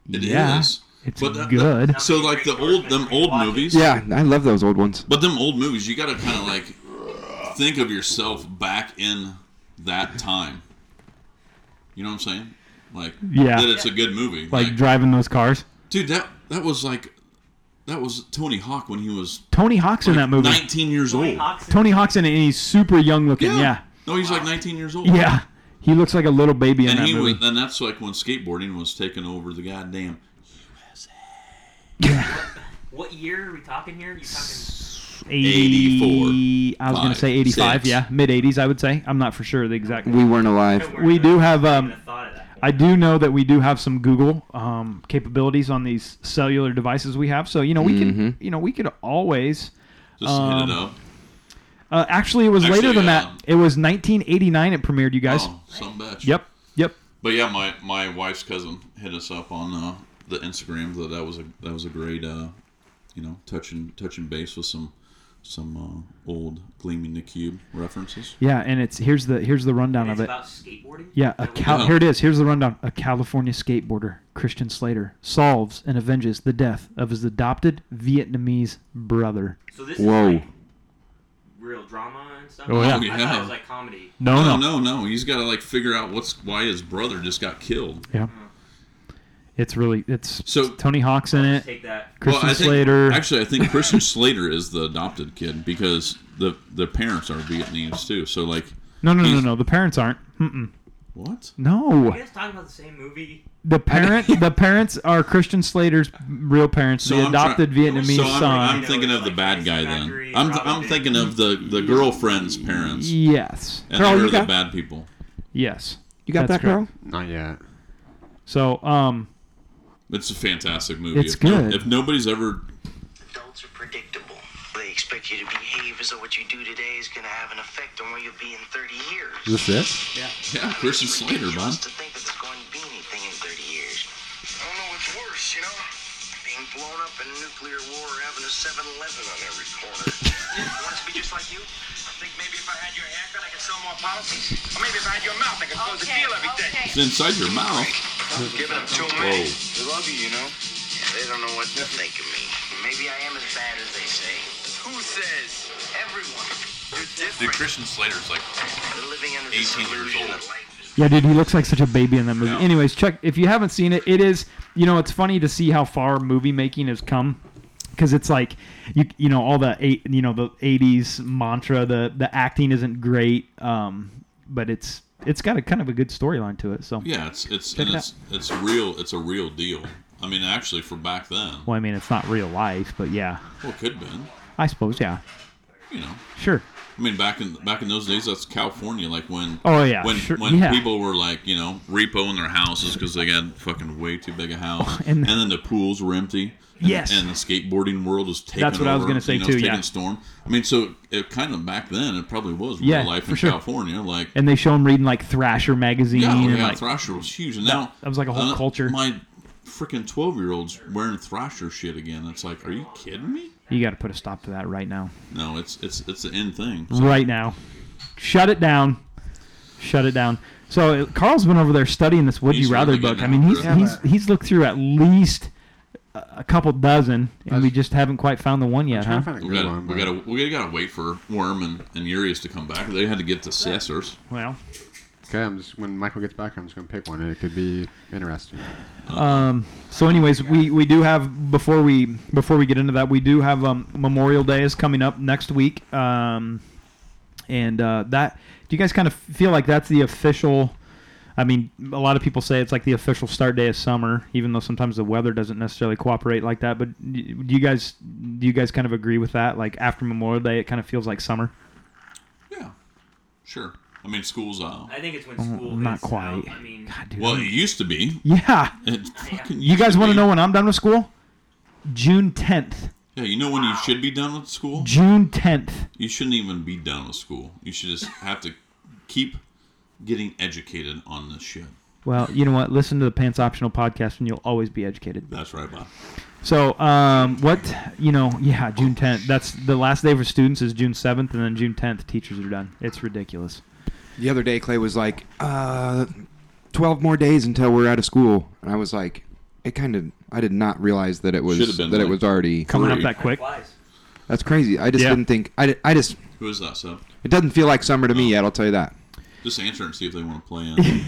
E: It
H: "Yeah,
E: is.
H: it's
E: But that-
H: good."
E: that- so like the old them old movies.
I: Yeah, I love those old ones.
E: But them old movies, you gotta kind of like think of yourself back in that time. You know what I'm saying? Like,
H: Yeah.
E: that it's a good movie.
H: like, driving those cars.
E: dude, that that was like, that was Tony Hawk when he was
H: Tony Hawk's in
E: like,
H: that movie.
E: 19 years
G: Tony
E: old.
G: Hawk's in
H: Tony Hawk's in it, and he's super young looking. Yeah,
E: No, he's like 19 years old.
H: yeah. He looks like a little baby in
E: And
H: that
E: he
H: movie.
E: was, and that's like when skateboarding was taking over the goddamn.
G: What year are we talking here? You talking?
E: 84,
H: I was going
E: five,
H: to say 85,
E: six.
H: yeah. Mid 80s, I would say. I'm not for sure the exact.
I: We weren't alive.
H: We do have.
G: I
H: Um,
G: haven't thought of that.
H: I do know that we do have some Google um, capabilities on these cellular devices we have. So, you know, we
E: Mm-hmm.
H: can, you know, we could always.
E: Just hit
H: Um,
E: it up.
H: Uh, actually, it was later
E: Actually,
H: than
E: um,
H: that. It was 1989 it premiered, you guys.
E: Oh, some bitch.
H: Yep. Yep.
E: But yeah, my, my wife's cousin hit us up on uh, the Instagram. That that was a that was a great uh, you know touching touching base with some some uh, old gleaming the cube references.
H: Yeah, and it's here's the here's the rundown
G: And it's
H: of it.
G: about skateboarding.
H: Yeah, a Cal-
E: Yeah.
H: here it is. Here's the rundown. A California skateboarder, Christian Slater, solves and avenges the death of his adopted Vietnamese brother.
G: So this
I: Whoa.
G: is like real drama and stuff.
H: Oh, yeah.
E: Oh,
G: I thought
E: yeah.
G: it was like comedy.
H: No,
E: no,
H: Oh, no,
E: no, no. He's got to like figure out what's why his brother just got killed.
H: Yeah, it's really it's
E: Mm. So-
H: Tony Hawk's in
G: Just
H: it.
G: take that.
E: Well,
H: Christian
E: I think-
H: Slater.
E: Actually, I think Christian Slater is the adopted kid because the the parents are Vietnamese too. So like
H: no, no, no,
E: he's-
H: no. The parents aren't. Mm-mm.
E: what?
H: No,
G: You guys talking about the same movie?
H: the parent the parents are Christian Slater's real parents, the
E: I'm try-
H: adopted Vietnamese
E: so I'm,
H: son.
E: I'm thinking of the bad guy then. I'm, I'm thinking of the, the girlfriend's parents.
H: yes,
E: And
H: Carl,
E: they're
H: you
E: the
H: got
E: bad people.
H: yes.
I: You got
H: That's
I: that, Carl?
H: correct.
J: Not yet.
H: So, um,
E: It's a fantastic movie.
H: It's
E: if no-
H: good.
E: if nobody's ever,
K: Adults are predictable. They expect you to behave as though what you do today is going to have an effect on where you'll be in 30 years.
D: Is this
E: yeah, Christian Slater, man.
K: Ridiculous to think that there's going to be anything in 30 years. I don't know what's worse, you know? Being blown up in nuclear war or having a 7 Eleven on every corner. Want it to be just like you? I think maybe if I
L: I had your haircut, I could sell more policies. Or maybe if I had your mouth, I could close the deal every day.
E: It's inside your mouth.
L: Giving them too
E: Whoa.
L: many. They love you, you know.
K: They don't know what to think of me. Maybe I am as bad as they say.
L: Who says?
K: Everyone.
E: Dude, Christian Slater's like 18 years old.
H: Yeah, dude, he looks like such a baby in that movie. Anyways, check if you haven't seen it. It is, you know, it's funny to see how far movie making has come, because it's like, you you know, all the eight, you know, the '80s mantra. The the acting isn't great, um, but it's it's got a kind of a good storyline to it. So
E: Yeah, it's it's
H: Check
E: and
H: it
E: it's it's real. It's a real deal. I mean, actually, for back then,
H: Well, I mean, it's not real life, but yeah,
E: well, it could have been.
H: I suppose, yeah,
E: You know,
H: sure.
E: I mean, back in back in those days, that's California. Like when
H: Oh, yeah,
E: when
H: sure,
E: when
H: yeah.
E: people were like you know repoing their houses because they got fucking way too big a house,
H: And-
E: and, then the pools were empty. And,
H: Yes.
E: and the skateboarding world was taking
H: That's what I was gonna
E: to
H: say
E: you know,
H: too,
E: it's
H: yeah.
E: taking storm. I mean, so it kind of back then it probably was real
H: Yeah,
E: life
H: for
E: in
H: sure.
E: California. Like
H: And they show him reading like Thrasher magazine.
E: yeah, oh,
H: and,
E: yeah,
H: like,
E: Thrasher was huge, and
H: that-
E: now
H: that was like a whole
E: culture. My freaking twelve year olds wearing Thrasher shit again. It's like, are you kidding me?
H: You got to put a stop to that right now.
E: No, it's it's it's the end thing.
H: right now. Shut it down. Shut it down. So uh, Carl's been over there studying this Would
E: He's
H: You Rather
E: really
H: book.
E: getting
H: I mean,
E: after
H: he's,
E: it.
H: he's he's looked through at least a a couple dozen, and we just haven't quite found the one yet, huh?
E: We gotta, we gotta, we gotta wait for Worm and, and Urius to come back. They had to get the Sassers.
H: Well.
J: Okay, I'm just when Michael gets back, I'm just gonna pick one. and It could be interesting.
H: Um, so, anyways, we, we do have before we before we get into that, we do have um, Memorial Day is coming up next week, um, and uh, that do you guys kind of feel like that's the official? I mean, a lot of people say it's like the official start day of summer, even though sometimes the weather doesn't necessarily cooperate like that. But do you guys do you guys kind of agree with that? Like after Memorial Day, it kind of feels like summer.
E: Sure. I mean, school's out.
G: I think it's when
H: Mm,
G: school.
H: not
G: is
H: quite.
G: Out. I mean,
E: well, it used to be.
H: Yeah.
E: It fucking
H: You
E: used
H: guys
E: to
H: want to
E: be.
H: know when I'm done with school? June 10th.
E: Yeah, you know when you should be done with school.
H: June 10th.
E: You shouldn't even be done with school. You should just have to keep getting educated on this shit.
H: Well, you know what? Listen to the Pants Optional podcast, and you'll always be educated.
E: That's right, Bob.
H: So, um, what you know? Yeah, June tenth. That's the last day for students is June seventh, and then June tenth, teachers are done. It's ridiculous.
I: The other day, Clay was like, uh, 12 more days until we're out of school. And I was like, it kind of, I did not realize that it was,
E: Should've been
I: that it
E: like
I: was already
H: Coming up that quick.
I: That's crazy. I just
E: Yeah.
I: didn't think, I, di- I just,
E: Who is that, sub?
I: it doesn't feel like summer to me yet, I'll tell you that.
E: Just answer and see if they want to play in.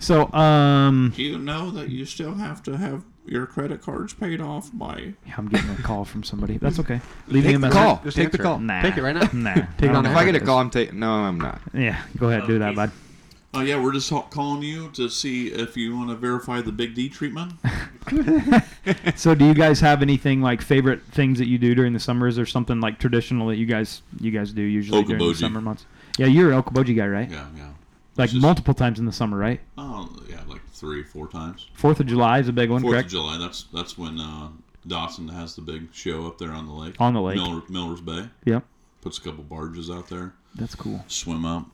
H: So, um,
E: Do you know that you still have to have your credit cards paid off by?
H: yeah, I'm getting a call from somebody. That's okay. Leave me
I: Take
H: a
I: the
H: message.
J: Oh,
I: call. Just take the call.
H: Nah.
I: Take it right now.
H: Nah.
I: Take it
H: I don't
I: on
H: know
I: If I
H: what
I: get a
H: it is.
I: call, I'm taking, no, I'm not.
H: Yeah, go ahead, do that, bud.
E: Oh yeah, we're just ha- calling you to see if you want to verify the Big D treatment.
H: so, do you guys have anything like favorite things that you do during the summer? Is there something like traditional that you guys you guys do usually during the
E: Okoboji.
H: summer months? Yeah, you're an Okoboji guy, right?
E: Yeah, yeah.
H: Like multiple times in the summer, right?
E: Oh yeah, like three, four times.
H: Fourth of July is a big one,
E: Fourth
H: correct?
E: of July. That's that's when uh, Dawson has the big show up there on the lake.
H: On the lake.
E: Miller, Miller's Bay.
H: Yep.
E: Puts a couple barges out there.
H: That's cool.
E: Swim up.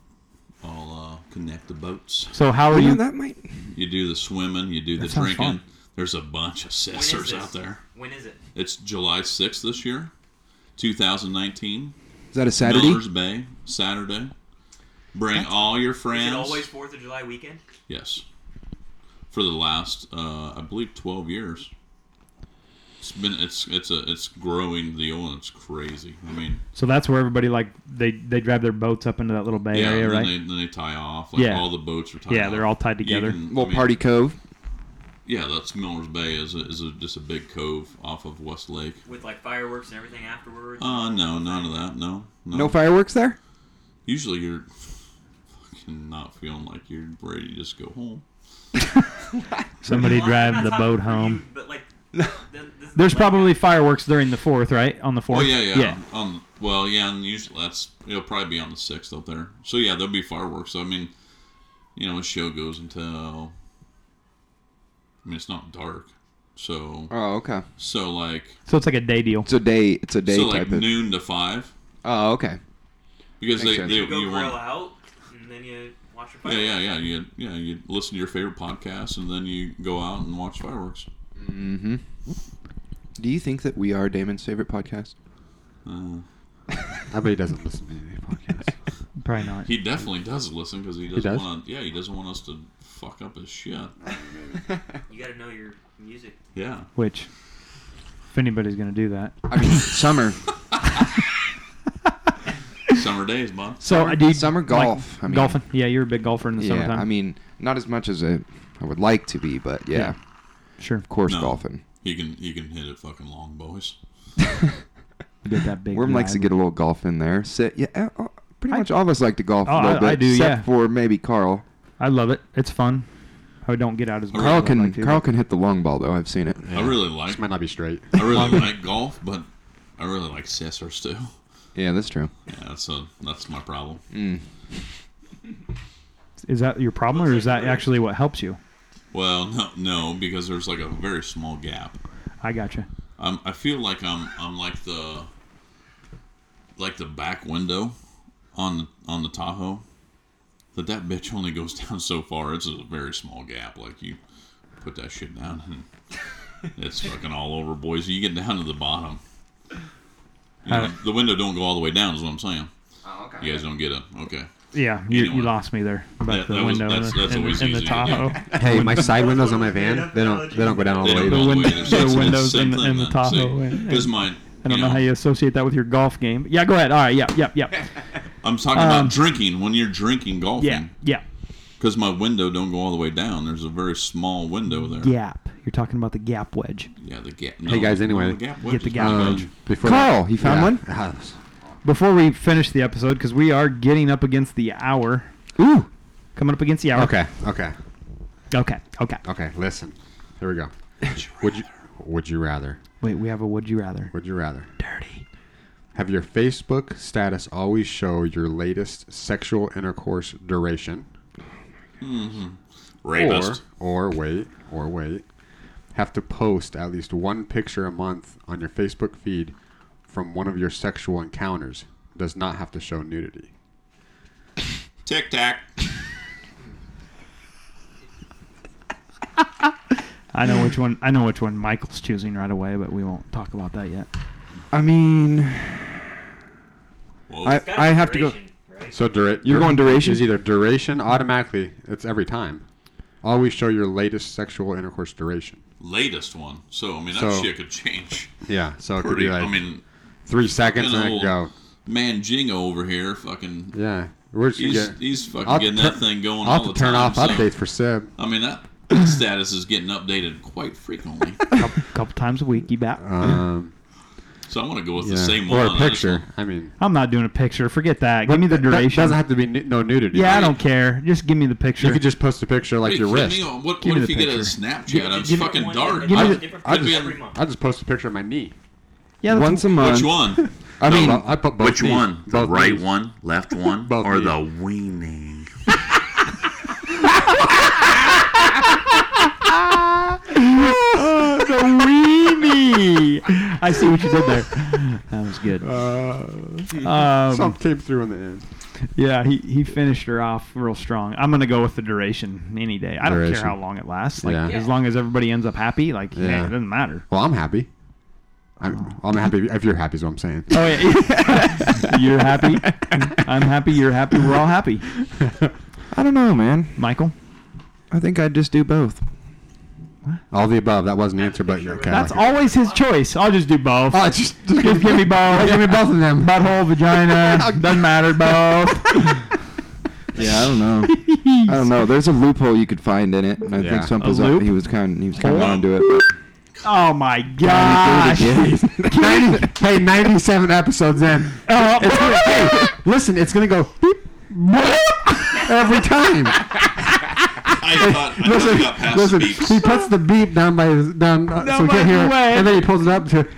E: I'll uh, connect the boats.
H: So how are Yeah, you- that
I: might.
E: You do the swimming. You do
H: That
E: the
H: sounds
E: drinking.
H: fun.
E: There's a bunch of
G: this?
E: sisters out there.
G: When is it?
E: It's July 6th this year, 2019.
I: Is that a Saturday?
E: Miller's Bay Saturday. Bring all your
G: Is
E: friends.
G: it always Fourth of July weekend?
E: Yes. For the last, uh, I believe, twelve years. It's been it's it's a it's growing the oil. and It's crazy. I mean,
H: So that's where everybody like they they drive their boats up into that little bay
E: yeah.
H: area,
E: and
H: right?
E: Then, they, then they tie off. Like,
H: Yeah.
E: All the boats are tied.
H: Yeah, they're
E: off.
H: all tied
E: You
H: together.
E: can- I
I: Little
E: mean,
I: party cove.
E: Yeah, that's Miller's Bay. is a, is a, just a big cove off of West Lake.
G: With like fireworks and everything afterwards.
E: Uh no, none of that. No, no.
I: No, fireworks there?
E: Usually you're fucking not feeling like you're ready to just go home.
H: Somebody
G: Well, I'm
H: drive
G: not
H: the
G: talking
H: boat
G: for
H: home.
G: you, but, like, the- this-
H: There's probably fireworks during the fourth, right? On the fourth.
E: Oh yeah, yeah. On well, yeah, and usually that's it'll probably be on the sixth up there. So yeah, there'll be fireworks. So I mean, you know, the show goes until. I mean, it's not dark, so.
I: Oh, okay.
E: So like,
H: So it's like a day deal.
I: It's a day, it's a day
E: so
I: type
E: like
I: of.
E: noon to five,
I: Oh, okay.
E: because
I: Makes
E: they, they
I: sense.
E: you,
G: go grill
E: want.
G: out and then you watch your
E: Yeah,
G: fireworks.
E: yeah, yeah. You yeah you listen to your favorite podcast and then you go out and watch fireworks.
I: Mm-hmm. Do you think that we are Damon's favorite podcast?
E: Uh,
J: I bet he doesn't listen to any podcasts.
H: Probably not.
E: He definitely does listen because he doesn't
H: does?
E: want to. Yeah, he doesn't want us to fuck up his shit.
G: You gotta know your music.
E: Yeah.
H: Which, if anybody's gonna do that,
I: I mean, summer.
E: Summer days, bud.
H: So
I: Summer-
H: I do
I: summer
H: like
I: golf, I mean.
H: golfing. Yeah, you're a big golfer in the
I: yeah,
H: summertime.
I: I mean, not as much as I, I would like to be, but yeah,
H: Yeah. Sure.
I: of course,
E: No.
I: golfing.
E: You can you can hit it fucking long, boys.
H: Get that big.
I: Worm likes to
H: drive.
I: get a little golf in there. Sit, yeah. uh, uh, Pretty much all of us like to golf a
H: Oh,
I: little
H: I-
I: bit,
H: I do,
I: except
H: yeah.
I: for maybe Carl.
H: I love it. It's fun. I don't get out as much. as
I: Carl
H: I'd
I: can
H: like to,
I: Carl
H: but-
I: can hit the long ball though. I've seen it.
E: I really like.
J: This might not be straight.
E: I really like golf, but I really like scissors too.
I: Yeah, that's true.
E: Yeah, that's a that's my problem.
H: Is that your problem, or is that actually what helps you?
E: Well, no, no, because there's like a very small gap.
H: I gotcha.
E: I'm, I feel like I'm I'm like the like the back window on on the Tahoe. That that bitch only goes down so far. It's a very small gap. Like you put that shit down and it's fucking all over, boys. You get down to the bottom. You know, the window don't go all the way down. Is what I'm saying.
K: Oh, okay.
E: You guys don't get it. Okay.
H: Yeah, you, you
E: Anyway.
H: lost me there.
E: Yeah,
H: About the
E: that was-
H: window
E: that's-
H: in the,
E: that's
H: in,
E: always
H: the- in the
E: easy to do.
H: Tahoe.
J: Hey, my side windows on my van, they don't they don't go down all the way.
H: the,
J: though.
H: window,
E: There's- it's-
H: the
E: it's
H: windows
E: same
H: in, the-
E: thing,
H: in the
E: man.
H: Tahoe.
E: See,
H: and-
E: 'cause my-
H: I don't
E: you
H: know,
E: know.
H: how you associate that with your golf game. but Yeah, go ahead. All right. Yep. Yep. Yep.
E: I'm talking about
H: Um,
E: drinking. When you're drinking golfing.
H: Yeah. Yeah.
E: Because my window don't go all the way down. There's a very small window there.
H: Gap. You're talking about the gap wedge.
E: Yeah, the gap.
J: Hey, guys,
E: no,
J: anyway.
E: the gap
J: Get
E: wedge
H: the
E: is
H: gap
E: pretty
H: wedge.
E: bad.
J: Um, Before
I: Carl, he found one?
J: one.
H: Before we finish the episode, because we are getting up against the hour.
I: Ooh.
H: Coming up against the hour.
J: Okay, okay,
H: Okay. Okay.
J: okay. Listen, here we go. Would you would you rather?
H: Wait, we have a would you rather.
J: Would you rather? Dirty. Have your Facebook status always show your latest sexual intercourse duration,
E: Rapist.
J: or or wait, or wait. Have to post at least one picture a month on your Facebook feed from one of your sexual encounters. Does not have to show nudity.
E: Tic Tac.
H: I know which one. I know which one Michael's choosing right away, but we won't talk about that yet.
I: I mean, I I have to go.
J: So dura-
I: You're going duration?
J: is either duration automatically. It's every time. Always show your latest sexual intercourse duration.
E: Latest one. So I mean, that
J: So-
E: shit could change.
J: Yeah, so it could
E: Pretty.
J: be like
E: I mean,
J: three seconds
E: been
J: and
E: a
J: then it could
E: little-
J: go.
E: man, Jingo over here, fucking.
J: Yeah, we're just
E: He's,
J: get-
E: he's fucking
J: I'll
E: getting
J: tur-
E: that thing going
J: I'll
E: all
J: have
E: the
J: to turn
E: time.
J: off
E: so-
J: updates for Seb.
E: I mean, that status is getting updated quite frequently.
H: couple, couple times a week, you bet.
J: Um,
E: so I'm gonna go with
J: yeah.
E: the same
J: or
E: one.
J: a
E: on this
J: picture.
E: one.
J: I mean,
H: I'm not doing a picture. Forget that. Give me the
J: that- that
H: duration.
J: doesn't have to be nu- no nudity.
H: yeah, I don't care. Just give me the
J: You
H: picture.
J: could just post a picture like
E: Are
J: your
E: you kidding
J: wrist.
E: me? What,
H: Give
E: what
H: me
E: if
H: the
E: you get a
H: picture.
E: Snapchat? That's
J: give me-
E: fucking
G: One
E: dark.
G: different-
J: I
E: I,
J: just,
G: different
J: I
E: picture
J: just,
E: every month.
J: I just post a picture of my knee.
H: yeah, that's-
I: Once a month.
E: which one?
I: I mean,
J: I put both knees. Both knees.
E: one, left one,
J: Both knees.
E: weenie?
H: Oh, the weenie. I see what you did there. Uh, That was good. Um,
J: Some came through in the end.
H: Yeah, he, he finished her off real strong. I'm gonna go with the duration any day. I don't care
J: Duration.
H: how long it lasts. Like
J: Yeah.
H: as long as everybody ends up happy, like hey,
J: Yeah.
H: it doesn't matter.
J: Well, I'm happy. I'm, I'm happy if you're happy. Is what I'm saying.
H: Oh yeah, you're happy. I'm happy. You're happy. We're all happy.
I: I don't know, man.
H: Michael,
I: I think I'd just do both.
J: All the above. That wasn't the answer, but okay.
H: that's
J: I like
H: always his choice. I'll just do both.
J: it. Oh, just, just
H: Just give me both.
J: Give me both of them.
H: Butthole, vagina, doesn't matter. Both.
I: Yeah, I don't know. I don't know. There's a loophole you could find in it, and I
J: Yeah.
I: think
H: A
I: something's
H: loop?
I: up. He was kind. He was kind of
H: Hold on.
I: onto it.
H: Oh my gosh.
J: Ninety- hey, 97 episodes in.
H: Oh,
J: It's gonna, hey, listen, it's going to go beep, boop, every time.
E: I thought I thought
J: Listen,
E: I got past
J: listen
E: the
J: he
E: beeps.
J: puts the beep down by his, down uh, so
H: Down
J: we
H: by
J: can't hear
H: the
J: it,
H: way.
J: and then he pulls it up to.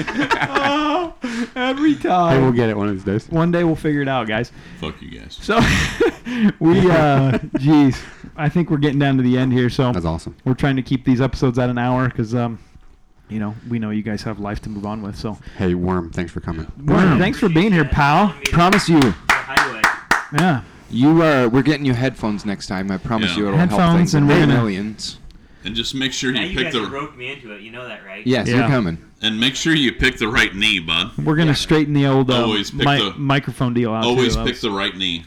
H: Oh, every
J: Hey, we'll
H: time.
J: get it one of these days.
H: One day we'll figure it out, guys.
E: Fuck you guys.
H: So we, uh, geez, I think we're getting down to the end here. So
J: That's awesome.
H: we're trying to keep these episodes at an hour because, um, you know, we know you guys have life to move on with. So
J: Hey, Worm, thanks for coming.
H: Warren, thanks for being here, pal.
I: Promise you,
G: Highway.
H: Yeah.
I: you are. uh, We're getting you headphones next time. I promise
E: Yeah.
I: you, it'll help
H: Headphones
I: things.
H: and we're
I: Hey,
H: gonna-
I: millions.
E: And just make sure
G: now
E: you,
G: you
E: pick
G: guys
E: the
G: roped me into it. You know that, right?
I: Yes, you're Yeah. coming.
E: And make sure you pick the right knee, bud.
H: We're gonna straighten the old uh,
E: Always pick
H: mi-
E: the-
H: microphone deal out.
E: Always
H: too. That
E: pick
H: was-
E: the right knee.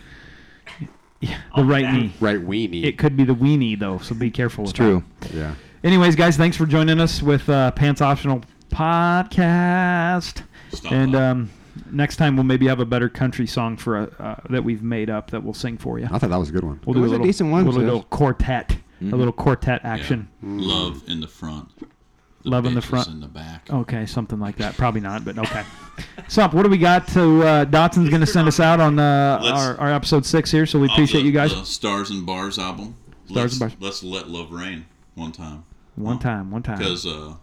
H: the right knee.
J: Right weenie.
H: It could be the weenie though, so be careful. It's with
J: true.
H: That.
J: Yeah.
H: Anyways, guys, thanks for joining us with uh, Pants Optional Podcast. and um, next time we'll maybe have a better country song for a, uh, that we've made up that we'll sing for you.
J: I thought that was a good one.
H: We'll
J: It
H: do
J: was a
H: a little,
J: decent one,
H: We'll do a
J: Jeff.
H: little quartet, a
E: Mm-hmm.
J: Mhm.
H: little quartet action.
E: Love in the front.
H: Love in the
E: bitches
H: front, Oh,
E: in the back.
H: Okay, something like that. Probably not, but okay. Sup? What do we got? To uh, Dotson's going to send us out on uh,
E: Let's-
H: our, our episode six here, so we
E: Off
H: appreciate
E: the-
H: you guys.
E: the Stars and Bars album.
H: Stars and
E: let's, Let's let love rain one time.
H: One time, one time.
E: Because uh,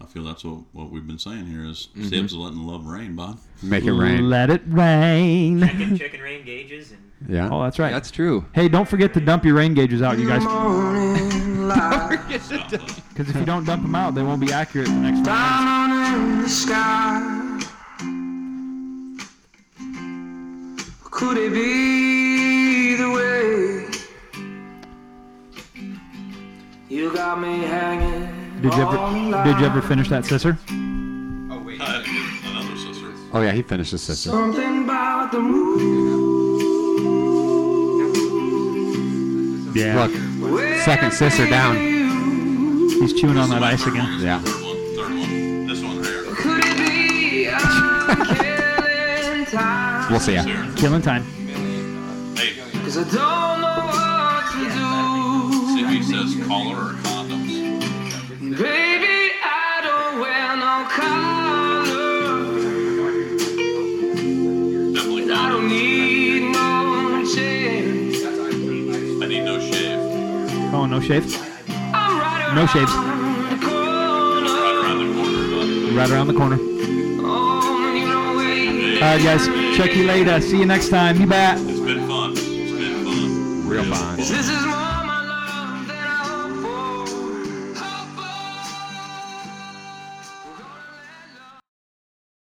E: I feel that's what, what we've been saying here is
H: Mm-hmm.
E: Sib's letting love rain, bud.
J: Make it rain.
H: Let it rain.
G: Checking, checking rain gauges and
J: Yeah.
H: Oh, that's right.
I: That's true.
H: Hey, don't forget to dump your rain gauges out, you guys. Because if you don't dump them out, they won't be accurate the next time.
F: Down in the sky. Could it be the way you got me hanging?
H: Did you ever did you ever finish that, sister?
E: Another sister.
J: Oh yeah, he finished his sister.
F: Something about the moon.
J: Yeah. Look, second sister down.
H: He's chewing on that ice again.
J: Yeah.
F: Could it be I'm killing time?
J: We'll see ya.
H: Killing time.
F: Cause I don't know what to do.
E: See if he says collar or condoms.
F: Baby, I don't wear no collar. And I don't need no shade.
E: I need no shave.
H: Oh, no shave.
F: I'm right
H: No shaves.
F: around the corner.
H: Right around the corner.
F: Oh, you know where you
H: All right, guys. Check you later. See you next time. You bet.
E: It's been fun. It's been fun.
J: Real fun.
F: This is my